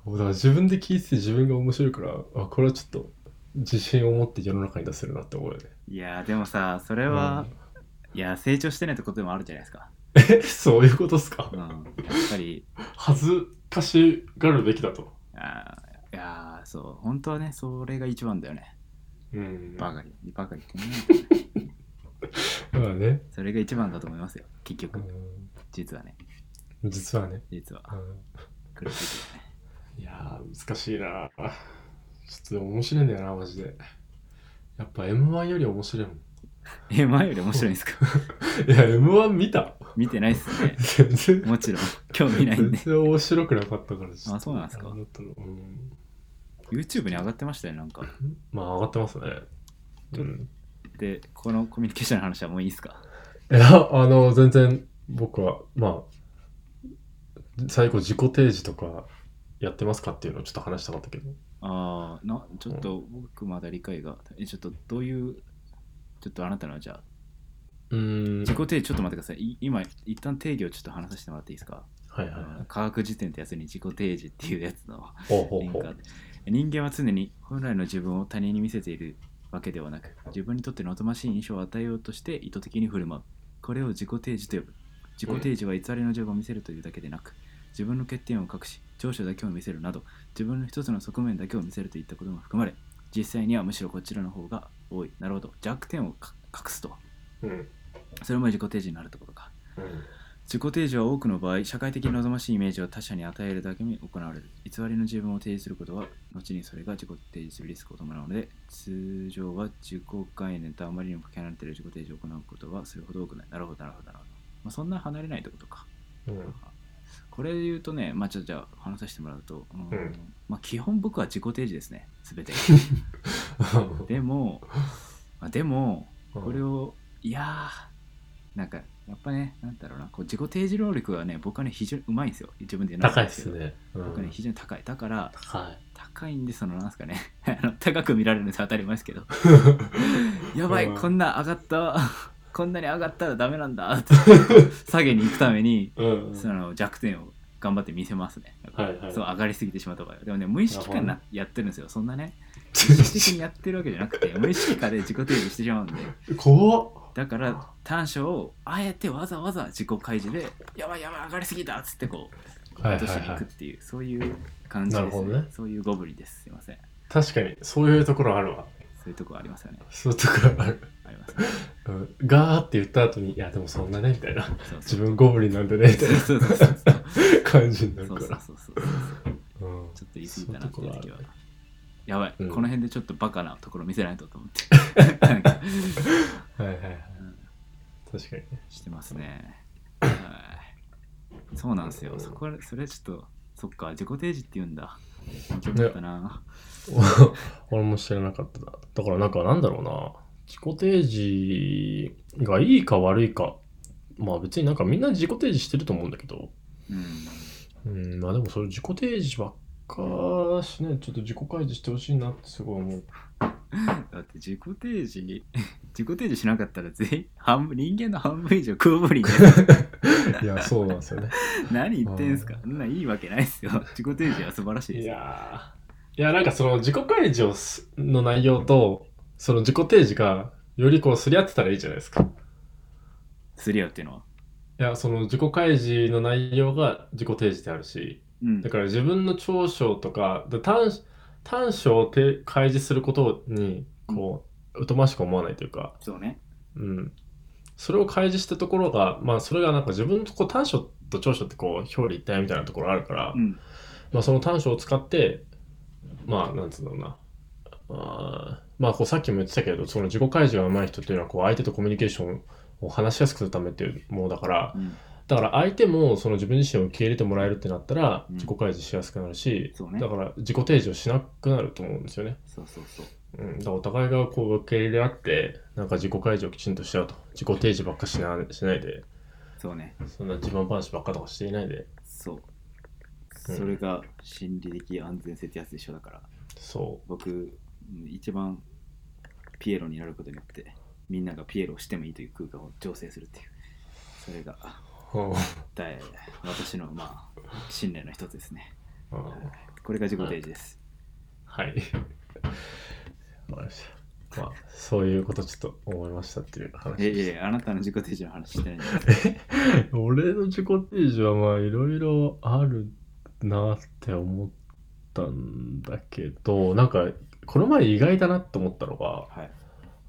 もうだから自分で聞いてて自分が面白いからあこれはちょっと自信を持って世の中に出せるなって思うよね
いやーでもさそれは、いやー成長してないってことでもあるじゃないですか、
うんえそういうことっすか
うん、やっぱり
恥ずかしがるべきだと
あーいやーそう本当はねそれが一番だよね
うん
バカにバカにってね
まあね、
それが一番だと思いますよ結
う
局
ん
実はね
実はね、
実は
う
苦しいけどね
んいやー難しいなちょっと面白いんだよなマジでやっぱ m 1より面白いもん
え前より面 白いんですか
いや m 1見た
見てないっすね
全 然
もちろん興味ないん
全
で
然面白くなかったからちょっと
あそうなんですか
あれだったのうん
YouTube に上がってましたよなんか
まあ上がってますねうん
でこのコミュニケーションの話はもういいっすか
いやあの全然僕はまあ最後自己提示とかやってますかっていうのをちょっと話したかったけど
ああなちょっと僕まだ理解がえちょっとどういうちょっとあなたのじゃあ
うん
自己定義ちょっと待ってください。い今、一旦定義をちょっと話させてもらっていいですか、
はいはいはい
科学辞典ってやつに自己定義っていうやつの
ほうほ
リ
う
ン
ほ
ク
う
があって人間は常に本来の自分を他人に見せているわけではなく、自分にとってのおとましい印象を与えようとして意図的に振る舞う。これを自己定義と呼ぶ。自己定義は偽りの自分を見せるというだけでなく、自分の欠点を隠し、長所だけを見せるなど、自分の一つの側面だけを見せるといったことも含まれ、実際にはむしろこちらの方が多い。なるほど。弱点をか隠すと。
うんうん
それも自己定義になるってことか。自己提示は多くの場合、社会的に望ましいイメージを他者に与えるだけに行われる。偽りの自分を提示することは、後にそれが自己提示するリスクを伴うので、通常は自己概念とあまりにもかけ離れている自己提示を行うことはそれほど多くない。なるほど、なるほど、なるほど。まあ、そんな離れないってことか。
うん
これで言うとね、まあ、ちょっとじゃあ話させてもらうと、うーん
うん
まあ、基本僕は自己提示ですね、すべて。
う
で も、まあ、でも、
ん
これをいやーなんかやっぱねなんだろうなこう自己提示能力はね僕はね非常にうまいんですよ自分で言うのも
高
ないん
ですす
けど
ね。う
僕はね
ん、
非常に高いだから
高い。
高いんでそのなんですかね あの高く見られるのは当たり前です けどやばい
うん
こんな上がった こんなに上がったらダメなん だって下げに行くために
うん
その弱点を頑張って見せますね
はいはい。
そう上がりすぎてしまった場合はでもね無意識化なやってるんですよそんなね意識的
ち
にやってるわけじゃなくて無意識化で自己提示してしまうんで
ょ怖っ。
だから短所をあえてわざわざ自己開示でやばいやばい上がりすぎたっつってこう
は
落
いは
と
い
しに行
は
くっ
い。
ていう、そういう感じです、
なるほどね
そういうゴブリンですすいません
確かに、そういうところあるわ。
そういうとこありますよね
そういうところある。
ありますね
うん、ガーって言った後に、いや、でもそんなね、みたいな。
そう
自
そう
分ゴブリンなんでね、みたい
そうそうそうそう
な感じになる
そ
か
うそう
ら。
そうそう
うん
ちょっと言い過ぎたなって
そう
い
いううとこ
時
ろ
は
ある
やばい、
うん
この辺でちょっとバカなところ見せないとと思 ってなんか
はいはいはい
ん。
確かにね。
してますねはいそうなんですよそこはそれちょっとそっか自己提示って言うんだ面白かったな、
俺も知らなかったな。だからなんかなんだろうな。自己提示がいいか悪いか。まあ別になんかみんな自己提示してると思うんだけど。
うん
うん、まあでもそれ自己提示ばっかしね、ちょっと自己開示してほしいなってすごい思う。
だって自己提示自己提示しなかったら全員 半分人間の半分以上クーブリンです
いや、そうなんですよね。
何言ってんすかそんないいわけないっすよ自己提示は素晴らしいで
い
すよ
やーいや、なんかその自己開示をすの内容と、その自己提示がよりこうすり合ってたらいいじゃないですか。
すり合うっていうのはい
や、その自己開示の内容が自己提示であるし、
うん
だから自分の長所とか、で短短所をて開示することに、こう、疎ましく思わないというか、
そうね
うん、それを開示したところが、まあ、それがなんか自分のこう短所と長所ってこう表裏一体みたいなところあるから、
うん。
まあ、その短所を使ってまあなんつうんだろうなあーまあこうさっきも言ってたけどその自己開示が上手い人っていうのはこう相手とコミュニケーションを話しやすくするためっていうものだから
うん。
だから相手もその自分自身を受け入れてもらえるってなったら
うん
自己開示しやすくなるし、
そうね
だから自己提示をしなくなると思うんですよね。
そうそうそう。
うん、だからお互いがこう受け入れ合ってなんか自己開示をきちんとしちゃうと自己提示ばっかしなしないで
そうね。
そんな自慢話ばっかとかしていないで
そう。
うん
それが心理的安全性ってやつでしょだから。
そ
僕、うん一番ピエロになることによって、みんながピエロをしてもいいという空間を醸成するっていう。それが
う、うん、
大私のまあ信念の一つですね。
うん
これが自己提示です。
はい。わかりました。まあ、そういうことちょっと思いましたっていう話
いや
で
い
し
やいやあなたの自己提示の話してないんです
た。俺の自己提示はまあ、いろいろあるなって思ったんだけど、なんか、この前意外だなと思ったのが、
はい。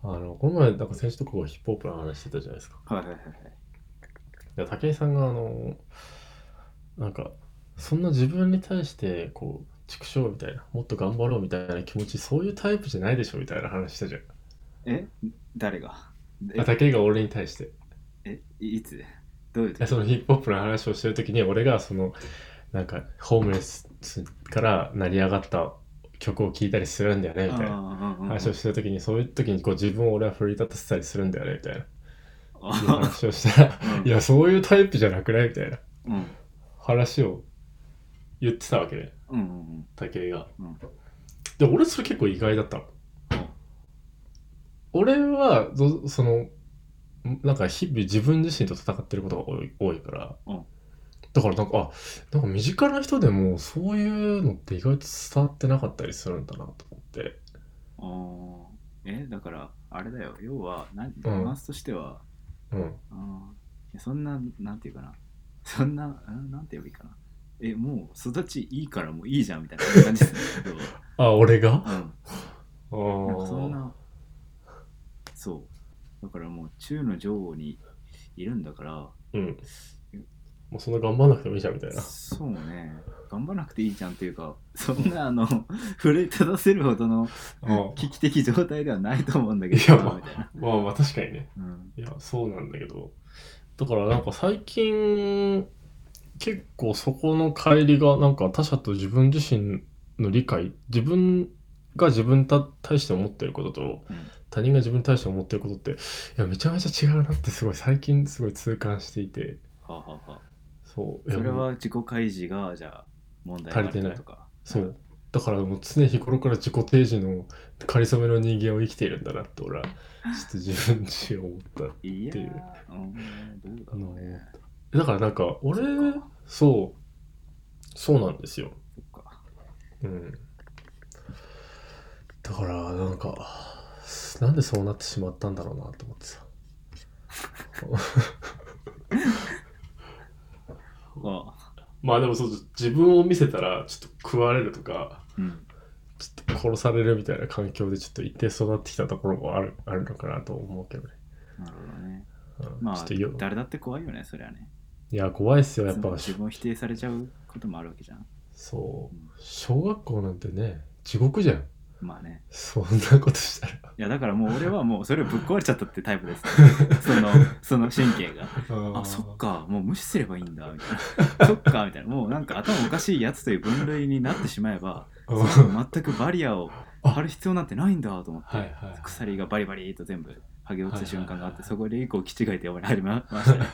あの、この前、なんか先週とかヒップホップの話してたじゃないですか。
はいはいはいはい。
で武井さんが、あの、なんか、そんな自分に対して、こう、畜生みたいな、もっと頑張ろうみたいな気持ち、そういうタイプじゃないでしょみたいな話したじゃん。
え誰が
あ武井が俺に対して。
えいいつどういう
で
時
そのヒップホップの話をしてる時に俺がそのなんかホームレスから成り上がった曲を聴いたりするんだよねみたいな
あーうんうんうん
話をしてる時にそういう時にこう自分を俺は奮い立たせたりするんだよねみたいな
あ
いう
ー
話をしたら
うん
いやそういうタイプじゃなくないみたいな
うん
話を言ってたわけで
うんうん
武井が
うん
で俺それ結構意外だったの俺はぞそのなんか日々自分自身と戦ってることが多い多いから、
うん
だからなんかあなんか身近な人でもそういうのって意外と伝わってなかったりするんだなと思って
うん。あーえだからあれだよ要は何ニ
うん
ュアンスとしては、
う
あ
ん
ーいやそんななんていうかなそんなうんなんて言えばいいかなえもう育ちいいからもういいじゃんみたいな感じですね
あ俺が
要はうんな
あ
んかそん
ー
なそうだからもう中の女王にいるんだから
うんもうそんな頑張らなくてもいいじゃんみたいな
そうね頑張らなくていいじゃんっていうかそんなあの 奮い立たせるほどの
あ
危機的状態ではないと思うんだけど
いやまあ
みたいな、
まあまあ確かにね
うん、
いやそうなんだけどだからなんか最近結構そこの乖離がなんか他者と自分自身の理解自分が自分に対して思ってることと
うん
他人が自分に対して思ってることっていやめちゃめちゃ違うなってすごい最近すごい痛感していて
はあはあはあ
そういや
それ
もう
は自己開示がじゃあ問題があるってことか
そうだからもう常日頃から自己提示の仮初めの人間を生きているんだなって俺はちょっと自分自身思っ
いや
ってい
ー
う
うんどうだ
た
ろ
の
うね
だからなんか俺
そっか
そうそうなんですよ
そっか
うんだからなんかなんでそうなってしまったんだろうなと思ってさ
あ
まあでもそう自分を見せたらちょっと食われるとか
うん
ちょっと殺されるみたいな環境でちょっと一定育ってきたところもあるあるのかなと思うけどね、
なるほどね
うん
ま
ちょ
あ
っとよ
誰だって怖いよねそれはね
いや怖いっすよやっ
その
ぱ
自分を否定されちゃうこともあるわけじゃん
そう
うん
小学校なんてね地獄じゃん
まあね
そんなことしたら
いやだからもう俺はもうそれをぶっ壊れちゃったってタイプです そのその神経があそっかもう無視すればいいんだみたいなそっかみたいなもうなんか頭おかしいやつという分類になってしまえば
うん
その全くバリアを張る必要なんてないんだと思って、
はいはい
鎖がバリバリと全部剥げ落ちた瞬間があって、
はいはいはい
そこで以降気違いって呼ばれ始めましたね、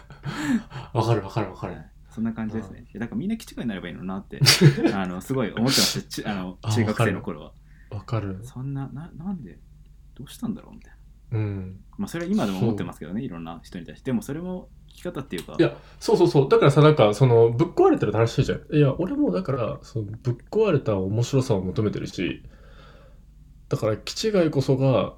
わかるわかるわかる
はいそんな感じですねいやだからみんな気違いになればいいのにな ってあのすごい思ってましたちあの
あ
中学生の頃は
わかる
そんなななんでどうしたんだろうみたいな
うん
まあそれは今でも思ってますけどねいろんな人に対してでもそれも生き方っていうか
いやそうそうそうだからさなんかそのぶっ壊れてる楽しいじゃんいや俺もだからそのぶっ壊れた面白さを求めてるしだから気違いこそが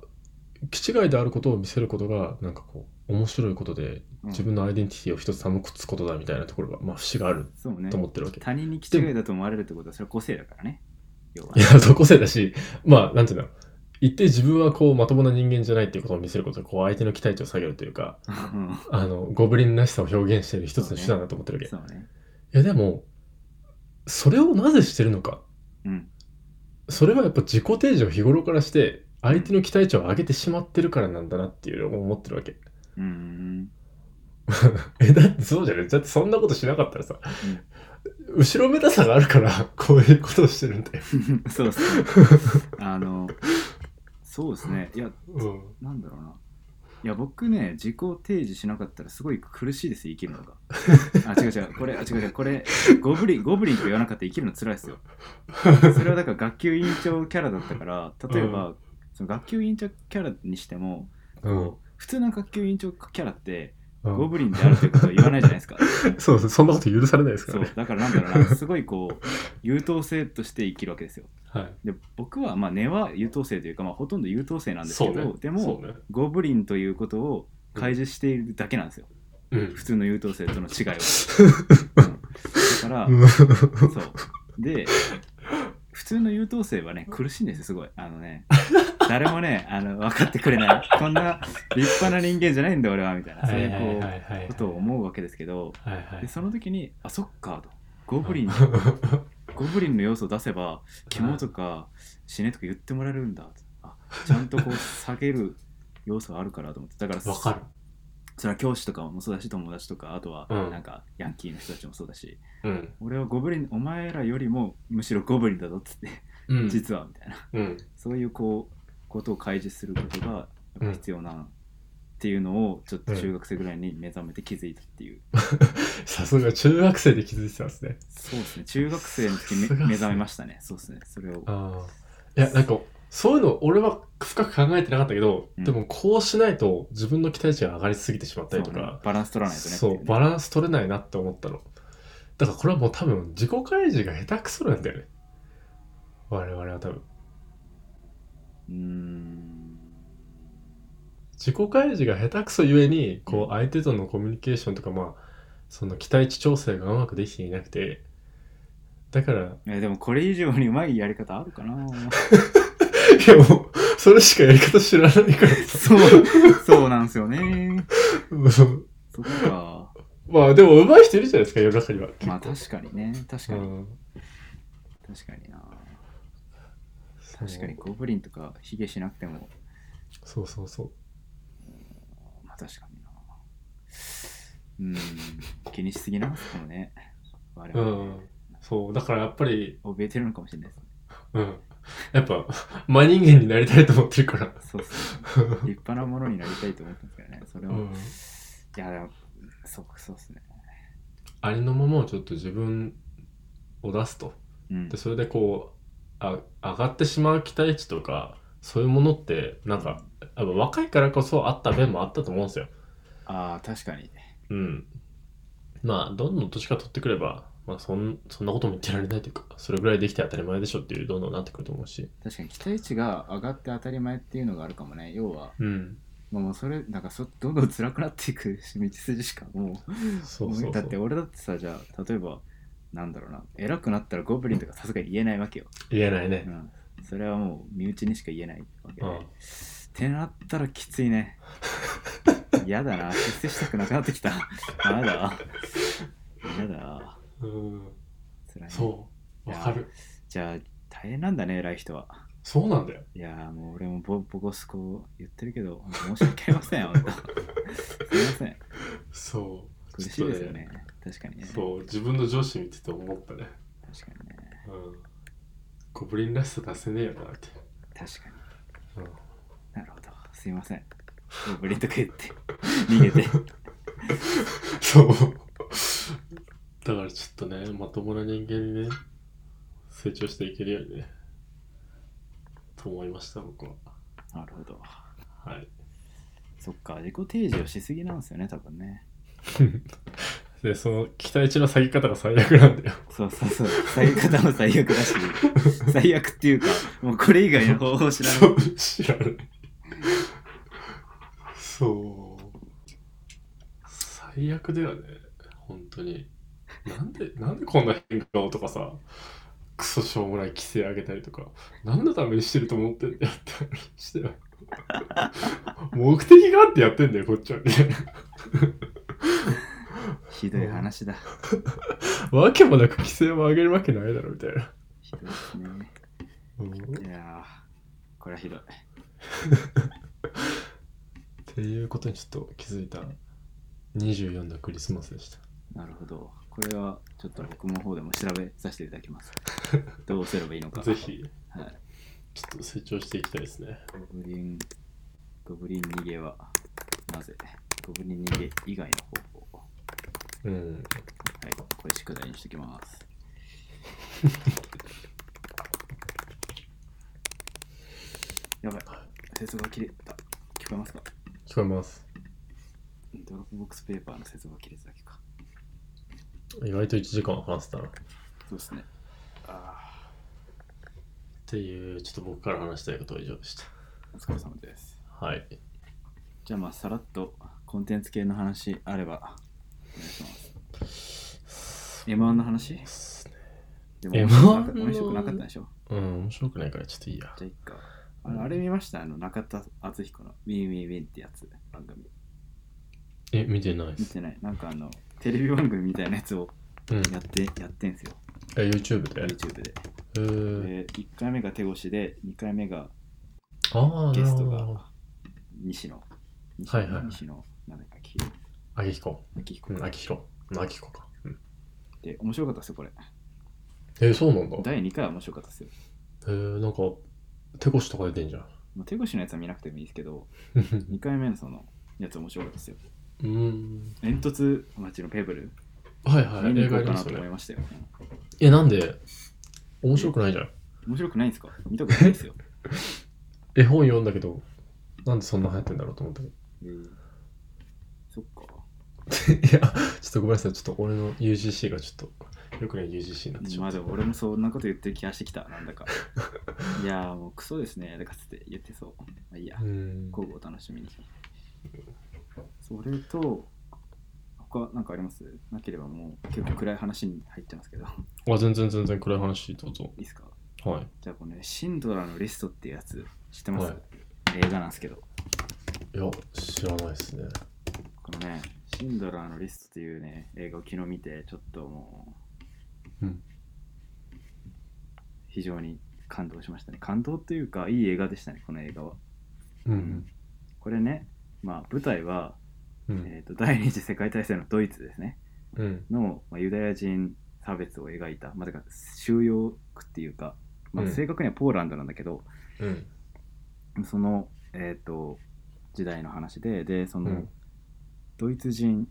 気違いであることを見せることがなんかこう面白いことで
うん
自分のアイデンティティを一つ保つことだみたいなところがまあ節がある
そうね
と思ってるわけ
他人に気違いだと思われるってことはそれは個性だからね要はい
や、そこせだし、まあ、なんていうんだろう。一定自分はこうまともな人間じゃないっていうことを見せることでこう相手の期待値を下げるというか
うん
あのゴブリンらしさを表現している一つの手段だと思ってるわけ、
そうね。
いやでもそれをなぜしてるのか
うん。
それはやっぱ自己提示を日頃からして相手の期待値を上げてしまってるからなんだなっていうのを思ってるわけ
うんうん
えだってそうじゃないだってそんなことしなかったらさ、後ろめたさがあるからこういうことをしてるんだよ、
うん。そうですね。 あの、そうですね。いや、
うん、
なんだろうな。いや、僕ね、自己提示しなかったらすごい苦しいです、生きる のが。あ、違う違う。これ、あ、違う違う。これ、ゴブリン、ゴブリンとか言わなかったら生きるの辛いですよ。それはだから学級委員長キャラだったから、例えば、その学級委員長キャラにしても、
うん
普通の学級委員長キャラって、
う
ゴ
ん、
ブリンであるということは言わないじゃないですか。
そうそうそんなこと許されないですか
そ
ら
う
ね
だからなんだろうなすごいこう優等生として生きるわけですよ
はい
で僕はまあ根は優等生というか、まあ、ほとんど優等生なんですけど、でも、
そうね
ゴブリンということを開示しているだけなんですよ、
うん
普通の優等生との違いは、うんだから、 そうで普通の優等生はね苦しいんですよすごいあのね誰もねあの分かってくれないこんな立派な人間じゃないんだ俺はみたいなそういうこう
い
ことを思うわけですけど
はいは
でその時にあそっかとゴブリ ン
ン
ゴブリンの要素を出せば肝とか死ねとか言ってもらえるんだとあちゃんとこう下げる要素があるからと思ってだから
わか
それは教師とかもそうだし友達とかあとは
うん
なんかヤンキーの人たちもそうだし、
るうん
俺はゴブリンお前らよりもむしろゴブリンだぞっつって
うん
実はみたいな
うん
そういうこうことを開示することがやっぱ必要なっていうのをちょっと中学生ぐらいに目覚めて気づいたっていう、
さすが中学生で気づいてたんですね
そうですね中学生の時め
さすがっすね
目覚めましたねそうですねそれを
ああいやなんかそういうの俺は深く考えてなかったけど、
うん
でもこうしないと自分の期待値が上がりすぎてしまったりと
そうね
か
バランス取らないとね
そう,、
っていね
バランス取れないなって思ったのだからこれはもう多分自己開示が下手くそなんだよね我々は多分
うーん
自己開示が下手くそゆえにこう相手とのコミュニケーションとかまあその期待値調整がうまくできていなくてだ から
いやでもこれ以上にうまいやり方あるかな
いやもうそれしかやり方知らないからさ
そうそうなんですよね
うん
そっか
まあでも上手い人いるじゃないですか世の中には
まあ確かにね確か
う
に、
ん
確かにな確かにゴブリンとかヒゲしなくても
そうそうそう
まあ確かになうーん気にしすぎなんですかもね我
そうう
々、
んそうだからやっぱり
怯えてるのかもしれないですね
うんやっぱ真人間になりたいと思ってるから
そうそう立派なものになりたいと思ってますからねそれ
う
を、い
ん
やでもそうそうですね
ありのままをちょっと自分を出すと
うん
でそれでこうあ上がってしまう期待値とかそういうものってなんかやっぱ若いからこそあった面もあったと思うんですよ。
ああ確かに
うん、まあどんどん年が取ってくれば、まあ、そんそんなことも言ってられないというかそれぐらいできて当たり前でしょっていうどんどんなってくると思うし。
確かに期待値が上がって当たり前っていうのがあるかもね要は
うん、
まあもうそれなんかそどんどん辛くなっていくし道筋しかもう
そうそうそう
だって俺だってさじゃあ例えばなんだろうな偉くなったらゴブリンとかさすがに言えないわけよ、
言えないうね。
ん、それはもう身内にしか言えないわけで、
う
っ
ん
てなったらきつい ねやだな出世したくなくなってきたやだやだ
うん、
辛いね
そうわかる
じゃあ大変なんだね偉い人は
そうなんだよ。
いやーもう俺もボボコスコ言ってるけど、申し訳ありません、 本当。すみません。
そ
苦しいですよね。確かに
う
ね。
そう自分の上司見てて思ったね。
確かにね。
うん、ゴブリンらしさ出せねえよなって。
確かに。
うん
なるほど。すみません。ブリンとか言って、 逃げて。
そう。だからちょっとね、まともな人間にね、成長していけるようにね、と思いました、僕は。
なるほど。
はい。
そっか、自己提示をしすぎなんですよね、多分ね。
で、その期待値の下げ方が最悪なんだよ。
そうそうそう。最悪だも最悪 だし、最悪っていうか、もうこれ以外の方法知らな
そ
い。
う、知らない。そう。最悪だよね、本当に。なんで、なんでこんな変顔とかさ、クソしょうもない規制上げたりとか何のためにしてると思ってんだよって話してない目的があってやってんだよこっちはね
ひどい話だ。
わけもなく規制を上げるわけないだろみたいな、
ひどいですね。
うん、っ
いやー、これはひどい。
ていうことにちょっと気づいた24のクリスマスでした
なるほど。これはちょっと僕の方でも調べさせていただきます。どうすればいいのか。
ぜ。ひ、
はい
ちょっと成長していきたいですね。
ゴブリン、ゴブリン逃げは、なぜゴブリン逃げ以外の方法。
うん。
はい、これ宿題にしておきます。やばい、接続が切れた。聞こえますか
聞こえます。
ドロップボックスペーパーの接続が切れただけか。
意外と1時間話せたな。っ
そうですね。あ
ていう、ちょっと僕から話したいことは以上でした。
あ、お疲れ様です。
はい。
じゃあまあ、さらっとコンテンツ系の話あれば、お願いします。M1 の話でも
M1 の
面白くなかったでしょ
うん、面白くないからちょっといいや。
じゃあいっか。あれあれ見ましたあの中田敦彦のウィンウィンウィンってやつ番組。
え、見てないで
見
す。
てない。なんかあの、テレビ番組みたいなやつを
うん。
やって、やってんすよ。
え、YouTube で
YouTube で。
えー、
で、1回目が手越しで、2回目が
ああ、
ゲ
なる
ス
ほ
ト
ど
が。西野。西
はいはいはい
野、西野、なんだっけ、
あきひこ。
秋彦
うん、あきひろ。あきひこか。うん。
で、面白かったっすよ、これ。
えー、そうなんだ。
第2回は面白かったっすよ。
えー、なんか、手越しとか出てんじゃん。
まあ、手越しのやつは見なくてもいいですけど、2回目のその、やつ面白かったっすよ。
うん。
煙突町のペブル、
はいは
見
い、
に行
映
こ
画
う
に
かな
ます
と
よ
思い
ね。
ましたよ。
え、なんで面白くないじゃん。
面白くないんですか見たことないです よ。
絵本読んだけど、なんでそんな流行ってんだろうと思ったけ
えーそっか。
ど。いや、ちょっとごめんなさい。ちょっと俺の UGC がちょっと、よくない UGC になってし
ま
ま
あ
っ
で
た。
も俺もそんなこと言ってる気がしてきた、なんだか。 いやーもうクソですね、だかつって言ってそう。まあ、いいや
う、ん。
今後お楽しみに。それと、他なんかありますなければもう結構暗い話に入ってますけど、い
あ、全然全然暗い話どうぞ。
いですか
はい。
じゃあこのね、シンドラのリストっていうやつ知ってます、
はい
映画なんですけど、
いや、知らないですね。
このね、シンドラのリストっていうね、映画を昨日見て、ちょっともう、
うん
非常に感動しましたね。感動というか、いい映画でしたね、この映画は。
うん。
これね、まあ、舞台は、
うん。
えー、と第二次世界大戦のドイツですね
うん。
の、まあ、ユダヤ人差別を描いた、まあ、だから収容区っていうか、まあ、
うん
正確にはポーランドなんだけど、
うん。
その、えー、と時代の話ででその、
うん
ドイツ人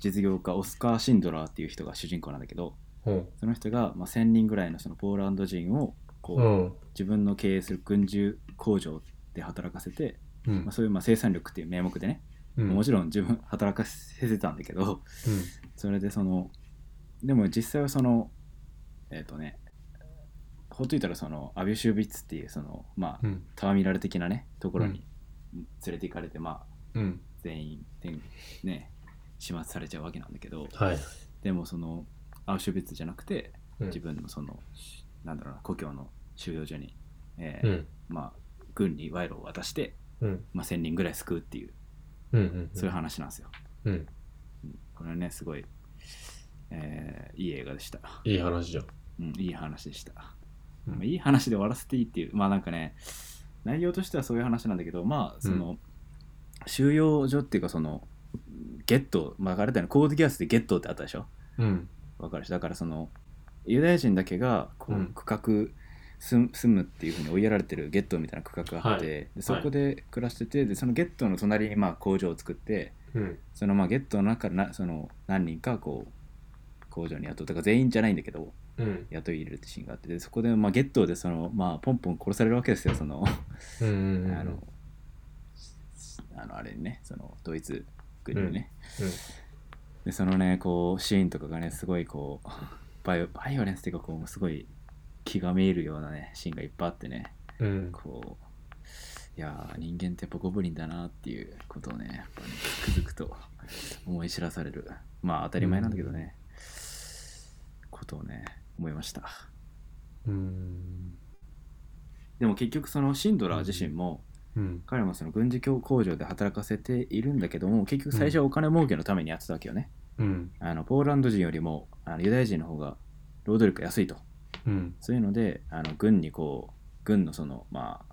実業家オスカー・シンドラーっていう人が主人公なんだけど
うん。
その人が、まあ、1,000人ぐらいのそのポーランド人をこう、
うん。
自分の経営する軍需工場で働かせて、
うん
まあ、。そういうまあ生産力っていう名目でね
うん。
もちろん自分 働かせてたんだけどそれでそのでも実際はそのえっ、とねほっといたらそのアビュシュビッツっていうそのまあ
うん。
ターミナル的なねところに連れて行かれて、まあ
うん。
全員全ね始末されちゃうわけなんだけど
はい。
でもそのアウシュビッツじゃなくて
うん
自分のその、なんだろうな故郷の収容所に、え
う
ー
ん。
まあ軍に賄賂を渡して、
うん。
まあ、1,000人ぐらい救うっていう
うん。うん。
そういう話なんですよ。
うん。
うんこれはねすごい、えーいい映画でした、
いい話じゃん。
うん、いい話でした、
うん
まあいい話で終わらせていいっていうまあなんかね内容としてはそういう話なんだけどまあその、収容所っていうかそのゲットまああれだよねコードギアスでゲットってあったでしょ
うん。
わかるしだからそのユダヤ人だけがこ
うん
う区画す、住むっていうふうに追いやられてるゲットみたいな区画があって、
は
でそこで暮らしててでそのゲットの隣にまあ工場を作って、
うん。
そのまあゲットの中からなその何人かこう工場に雇ったか全員じゃないんだけど
うん。
雇い入れるってシーンがあってでそこでまあゲットでそのまあポンポン殺されるわけですよその
う
あ
ん。
のあのあれにねそのドイツ軍にね、
うんうん
でそのねこうシーンとかがねすごいこうバイオバイオレンスっていうかこうすごい気がめいるようなねシーンがいっぱいあってね
うん。
こういやー人間ってやっぱゴブリンだなっていうことをねやっぱねつくづくと思い知らされるまあ当たり前なんだけどね、ことをね思いました
うん。
でも結局そのシンドラー自身も
うん。
彼もその軍事教工場で働かせているんだけども結局最初はお金儲けのためにやってたわけよね、
うん。
あのポーランド人よりもあのユダヤ人の方が労働力が安いと
うん。
そういうのであの軍にこう軍のそのまあ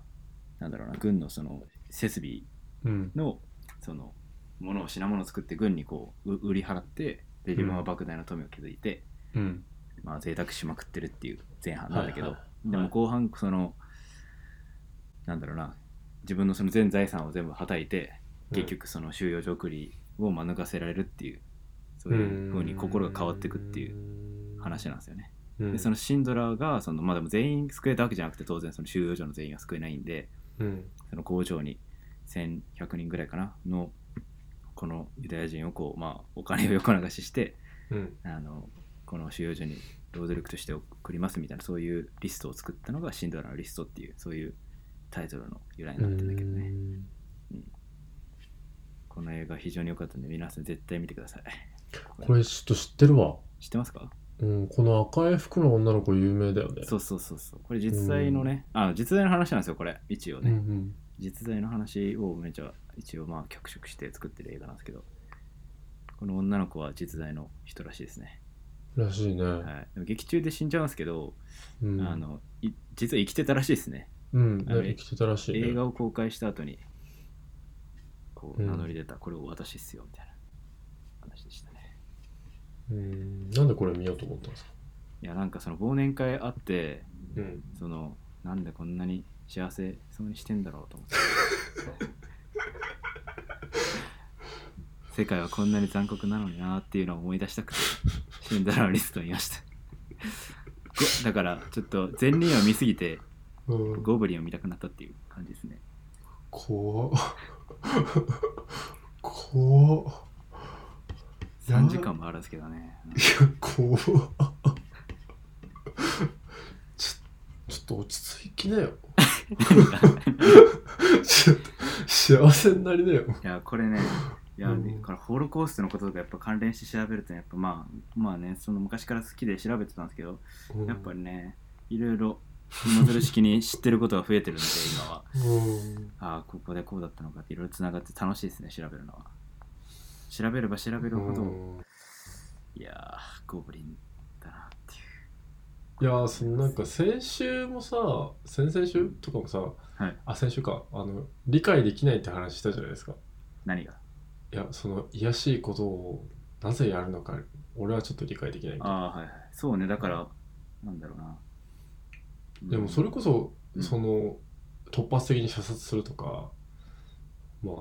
なんだろうな軍のその設備
うん。
のそのものを品物を作って軍にこうう売り払ってで自分は
うん
莫大な富を築いて、
うん。
まあ贅沢しまくってるっていう前半なんだけど、
はいはいはい
でも後半そのなんだろうな自分のその全財産を全部はたいて結局その収容所送りを免れられるっていうそういう風に心が変わっていくっていう
う
話なんですよね。
ん。
でそのシンドラーがその、まあ、でも全員救えたわけじゃなくて当然その収容所の全員は救えないんで
うん。
その工場に1100人ぐらいかなのこのユダヤ人をこう、まあ、お金を横流しして
うん。
あのこの収容所に労働力として送りますみたいなそういうリストを作ったのがシンドラーのリストっていうそういうタイトルの由来になってるんだけどね。
うん
この映画非常に良かったんで皆さん絶対見てください。
これちょっと知ってるわ。
知ってますか
うん、この赤い服の女の子有名だよね。
そうそうそうそう。これ実際のね、あの実在の話なんですよ、これ。一応
う
ね。
んうん。
実在の話をめちゃ一応まあ脚色して作ってる映画なんですけど、この女の子は実在の人らしいですね。
らしいね。
はい、でも劇中で死んじゃうんですけど、
うん。
あのい実は生きてたらしいですね。
うん、
あの
生きてたらしい、ね。
映画を公開した後に、こう
うん
名乗り出た、これを私っすよみたいな話でしたね。
うん。なんでこれ見ようと思ったんですか
いや、なんかその忘年会あって、
うん。
そのなんでこんなに幸せそうにしてんだろうと思って世界はこんなに残酷なのになーっていうのを思い出したくてシンドラーのリストを見ましたこだからちょっと前輪を見すぎて
うん、
ゴブリンを見たくなったっていう感じですね
怖っ。怖っ。やば
3時間もあるんですけどねうん
いや、怖っ。ちょ、ちょっと落ち着いきなよ。 ちょっと幸せになりなよ。
いやこれねいや、
うん
だからホロコーストのこととかやっぱ関連して調べるとやっぱまあまあねその昔から好きで調べてたんですけど
うん
やっぱりね、いろいろ紐づる式に知ってることが増え てるので、今は。
うん。
ああ、ここでこうだったのかっていろいろつながって楽しいですね、調べるのは。調べれば調べるほど、
うん
いやー、ゴブリンだなっていう。
いやーそのなんか先週もさ先々週とかもさ、
はい
あ先週かあの理解できないって話したじゃないですか
何が
いやその癒やしいことをなぜやるのか俺はちょっと理解できないみたい
ああ、はいはい。そうね、だから、なんだろうな。うん
でもそれこそ、
うん
その突発的に射殺するとかまあ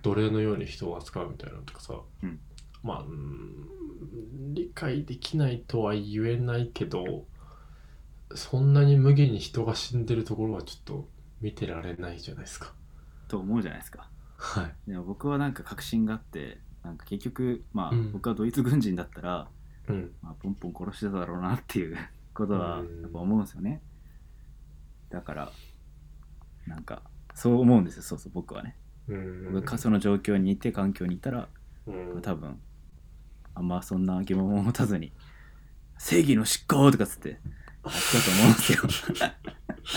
奴隷のように人を扱うみたいなのとかさ、
うん
まあうーん理解できないとは言えないけどそんなに無限に人が死んでるところはちょっと見てられないじゃないですか。
と思うじゃないですか。
はい、
でも僕はなんか確信があって、なんか結局、まあ、
うん
僕はドイツ軍人だったら、
うん
まあ、ポンポン殺してただろうなっていうことは
うん
やっぱ思うんですよね。だから、なんか、そう思うんですよ、そうそう、僕はね。
うん
僕がその状況にいて、環境にいたら、
うん
多分、あんまそんな疑問を持たずに、正義の執行とかっつって、やったと思うんですよ。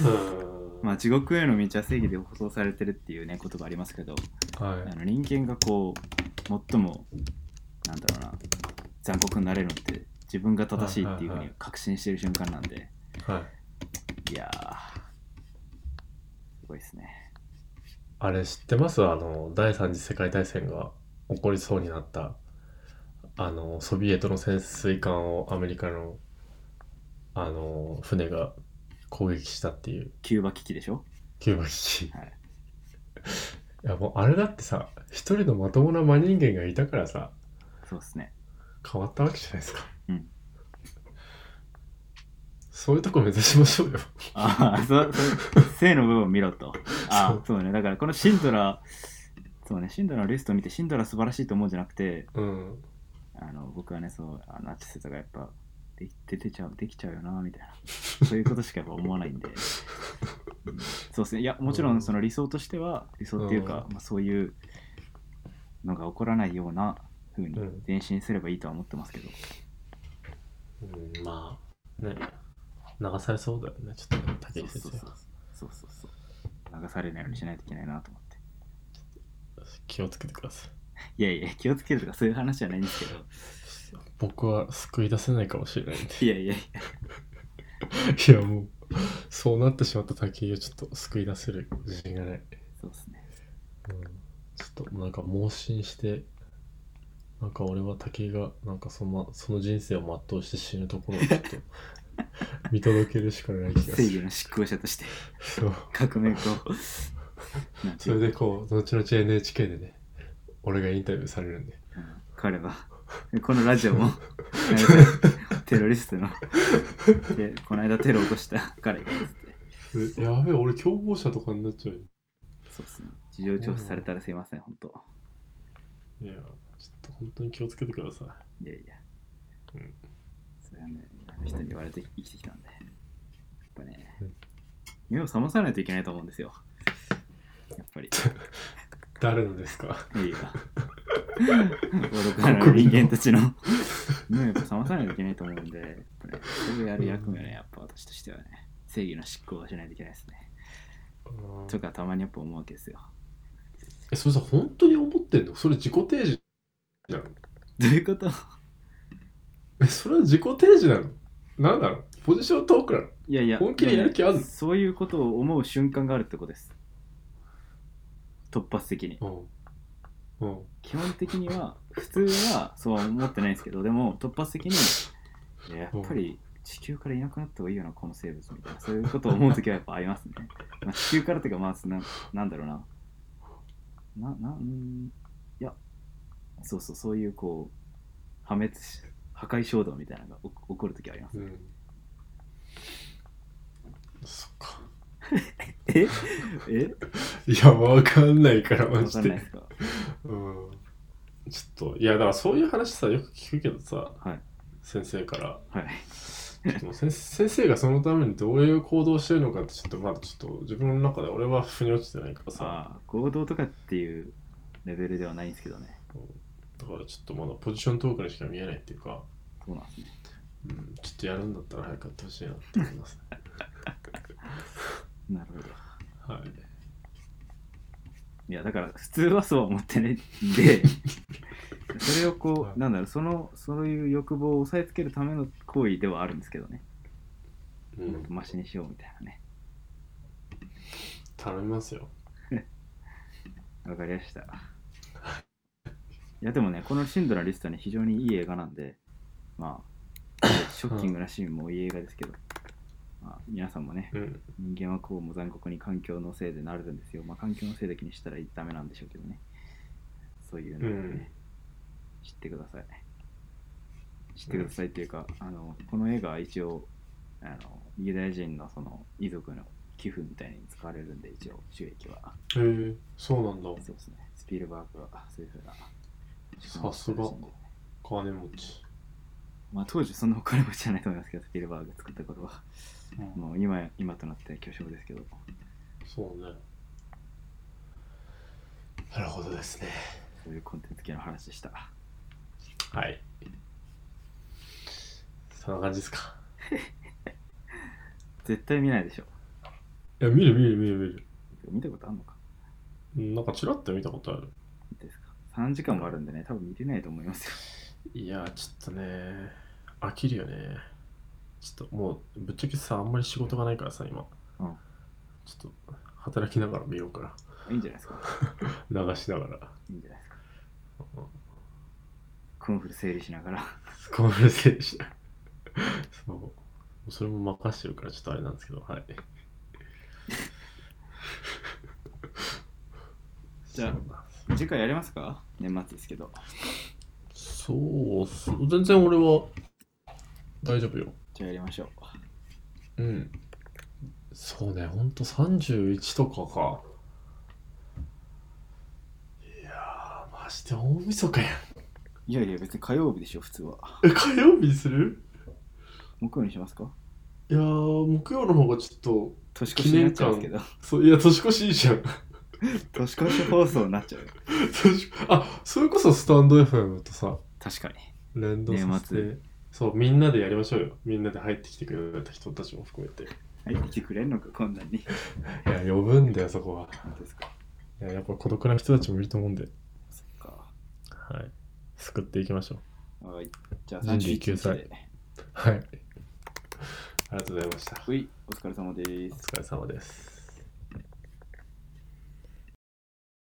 うん
まあ、地獄への道は正義で舗装されてるっていうね、言葉ありますけど、
はい
あの人間がこう、最も、なんだろうな、残酷になれるのって、自分が正しいっていうふうに確信してる瞬間なんで、
はい、
いやー、すごいですね。
あれ知ってますあの第三次世界大戦が起こりそうになったあのソビエトの潜水艦をアメリカのあの船が攻撃したっていう
キューバ危機でしょ
キューバ危機い
はい
やもうあれだってさ一人のまともな真人間がいたからさ
そうですね。
変わったわけじゃないですか
うん
そういうとこ目指しましょうよ
ああ、 そう、そう性の部分を見ろと。あ
そう
あ、そうね。だからこのシンドラ、そうね、シンドラのリストを見て、シンドラ素晴らしいと思うんじゃなくて、
うん
あの、僕はね、そう、あナチスとかやっぱ、で出てちゃう、できちゃうよな、みたいな。そういうことしかやっぱ思わないんで。うんそうですね。いや、もちろ
うんん
その理想としては、理想っていうか、まあ、そういうのが起こらないような風に
うん
前進すればいいとは思ってますけど。
うんまあね流されそうだよね、ちょっとね、
そう
武井
そ
先
う
生
そうそうそうそう流されないようにしないといけないなと思って
気をつけてください。
いやいや気をつけるとかそういう話じゃないんですけど
僕は救い出せないかもしれないんで。
いやいやいや
いや、もう、そうなってしまった武井をちょっと救い出せる自信がない。
そうですね
うんちょっとなんか盲信してなんか俺は竹がなんかそのその人生を全うして死ぬところをちょっ と見届けるしかない気がす
正義
る
の執行者として
そう
革命 家をなんて
そ
いう
れ
か
でこう後々 NHK でね俺がインタビューされるんで
うん彼はこのラジオも なんかテロリストのでこの間テロを起こした彼がつって
えやべえ俺共謀者とかになっちゃうよ
そうですね事情聴取されたらすいません本当
いやちょっと本当に気をつけてください
いやいや
うん
それはねあの人に言われて生きてきたんでやっぱね
うん
目を覚まさないといけないと思うんですよやっ ぱり
誰のですか
い いよ。愚かな人間たちの目をやっぱ覚まさないといけないと思うんで、やっぱねそれをやる役目はね、やっぱ私としてはね、正義の執行をしないといけないですね。
うん
とかたまにやっぱ思うわけですよ。
えそれさ本当に思ってんのそれ自己提示なの
どういうこと
えそれは自己提示なのなんだろうポジショントークなの
いやいや、
本気でやる気あるの
でもねそういうことを思う瞬間があるってことです。突発的に。
うん。うん。
基本的には、普通はそうは思ってないんですけど、でも突発的に、いややっぱり地球からいなくなった方がいいよな、この生物みたいな、そういうことを思うときはやっぱありますね。まあ、地球からっていうか、まあな、なんだろうな。な、な、うんいや、そうそう、そういうこう、破滅し、破壊衝動みたいなのが起起こるときはあります。
うん。そっか。
ええ
いや、わかんないから、マ
わ
ジ
かんないで
で。
すか。
うん。ちょっと、いや、だからそういう話さ、よく聞くけどさ、
はい。
先生から。
はい。
ちょっともう先先生がそのためにどういう行動をしてるのかって、ちょっとまだちょっと自分の中で俺は腑に落ちてないからさ、
さあ、行動とかっていうレベルではないんですけどね。
だからちょっとまだポジショントークにしか見えないっていうか、
そうなんですね。
うん、ちょっとやるんだったら早くやってほしいなって思いますね。
なるほど。
はい。
いやだから普通はそうは思ってないんでそれをこ
は
う
い
なんだろうそのそういう欲望を抑えつけるための行為ではあるんですけどね
うん。
マシにしようみたいなね
頼みますよ。
わかりましたいやでもねこのシンドラリストね非常にいい映画なんでま あショッキングなシーンもいい映画ですけど、まあ、皆さんもね
うん。
人間はこうも残酷に環境のせいでなれるんですよまあ環境のせいだけにしたらダメなんでしょうけどねそういうのをね、
うん
知ってください知ってくださいっていうか、あのこの映画は一応あのユダヤ人のその遺族の寄付みたいに使われるんで一応収益は
へえ、そうなんだ。
そうですねスピルバーグはそういうふうな
さすが金持ち。
まあ当時そんなお金持ちじゃないと思いますけどスピルバーグ作った頃はもう今や今となって巨匠ですけど
そうね。なるほどですね。
そういうコンテンツ系の話でした
はい。そんな感じですか。
絶対見ないでしょ
いや、見る見る見る見る。
見たことあるのか
うんなんかちらっと見たことある。
ですか3時間もあるんでね多分見れないと思いますよ
いや、ちょっとね、飽きるよね。ちょっともう、ぶっちゃけさ、あんまり仕事がないからさ、今。
うん
ちょっと、働きながら見ようか。
いいんじゃないですから
流しながら。
いいんじゃないですか
うん
コンフル整理しながら
コンフル選手。 そう。それも任してるからちょっとあれなんですけど、はい。
じゃあ
あ、
次回やりますか年末ですけど。
そうっす、全然俺は大丈夫よ。
じゃあやりましょう。
うん。そうね、ほんと31とかか。いやー、マジで大晦日やん。
いやいや、別に火曜日でしょ、普通は。
え、火曜日にする
木曜にしますか
いやー、木曜の方がちょっと、
年越しになっちゃうんですけど。
そういや、年越しいいじゃん。
年越し放送になっちゃう。
確かあそれこそスタンド FM とさ
確かに。
連動させてそう、みんなでやりましょうよ。みんなで入ってきてくれた人たちも含めて。
入ってきてくれんのか、こんなに。
いや、呼ぶんだよ、そこは。
本当ですか。
いや、やっぱ孤独な人たちもいると思うんで。
そっか。
はい。救っていきましょう。
はい。じゃあ、
人類救済
で。
はい。ありがとうございました。
うい、お疲れ様です
お。疲れ様です。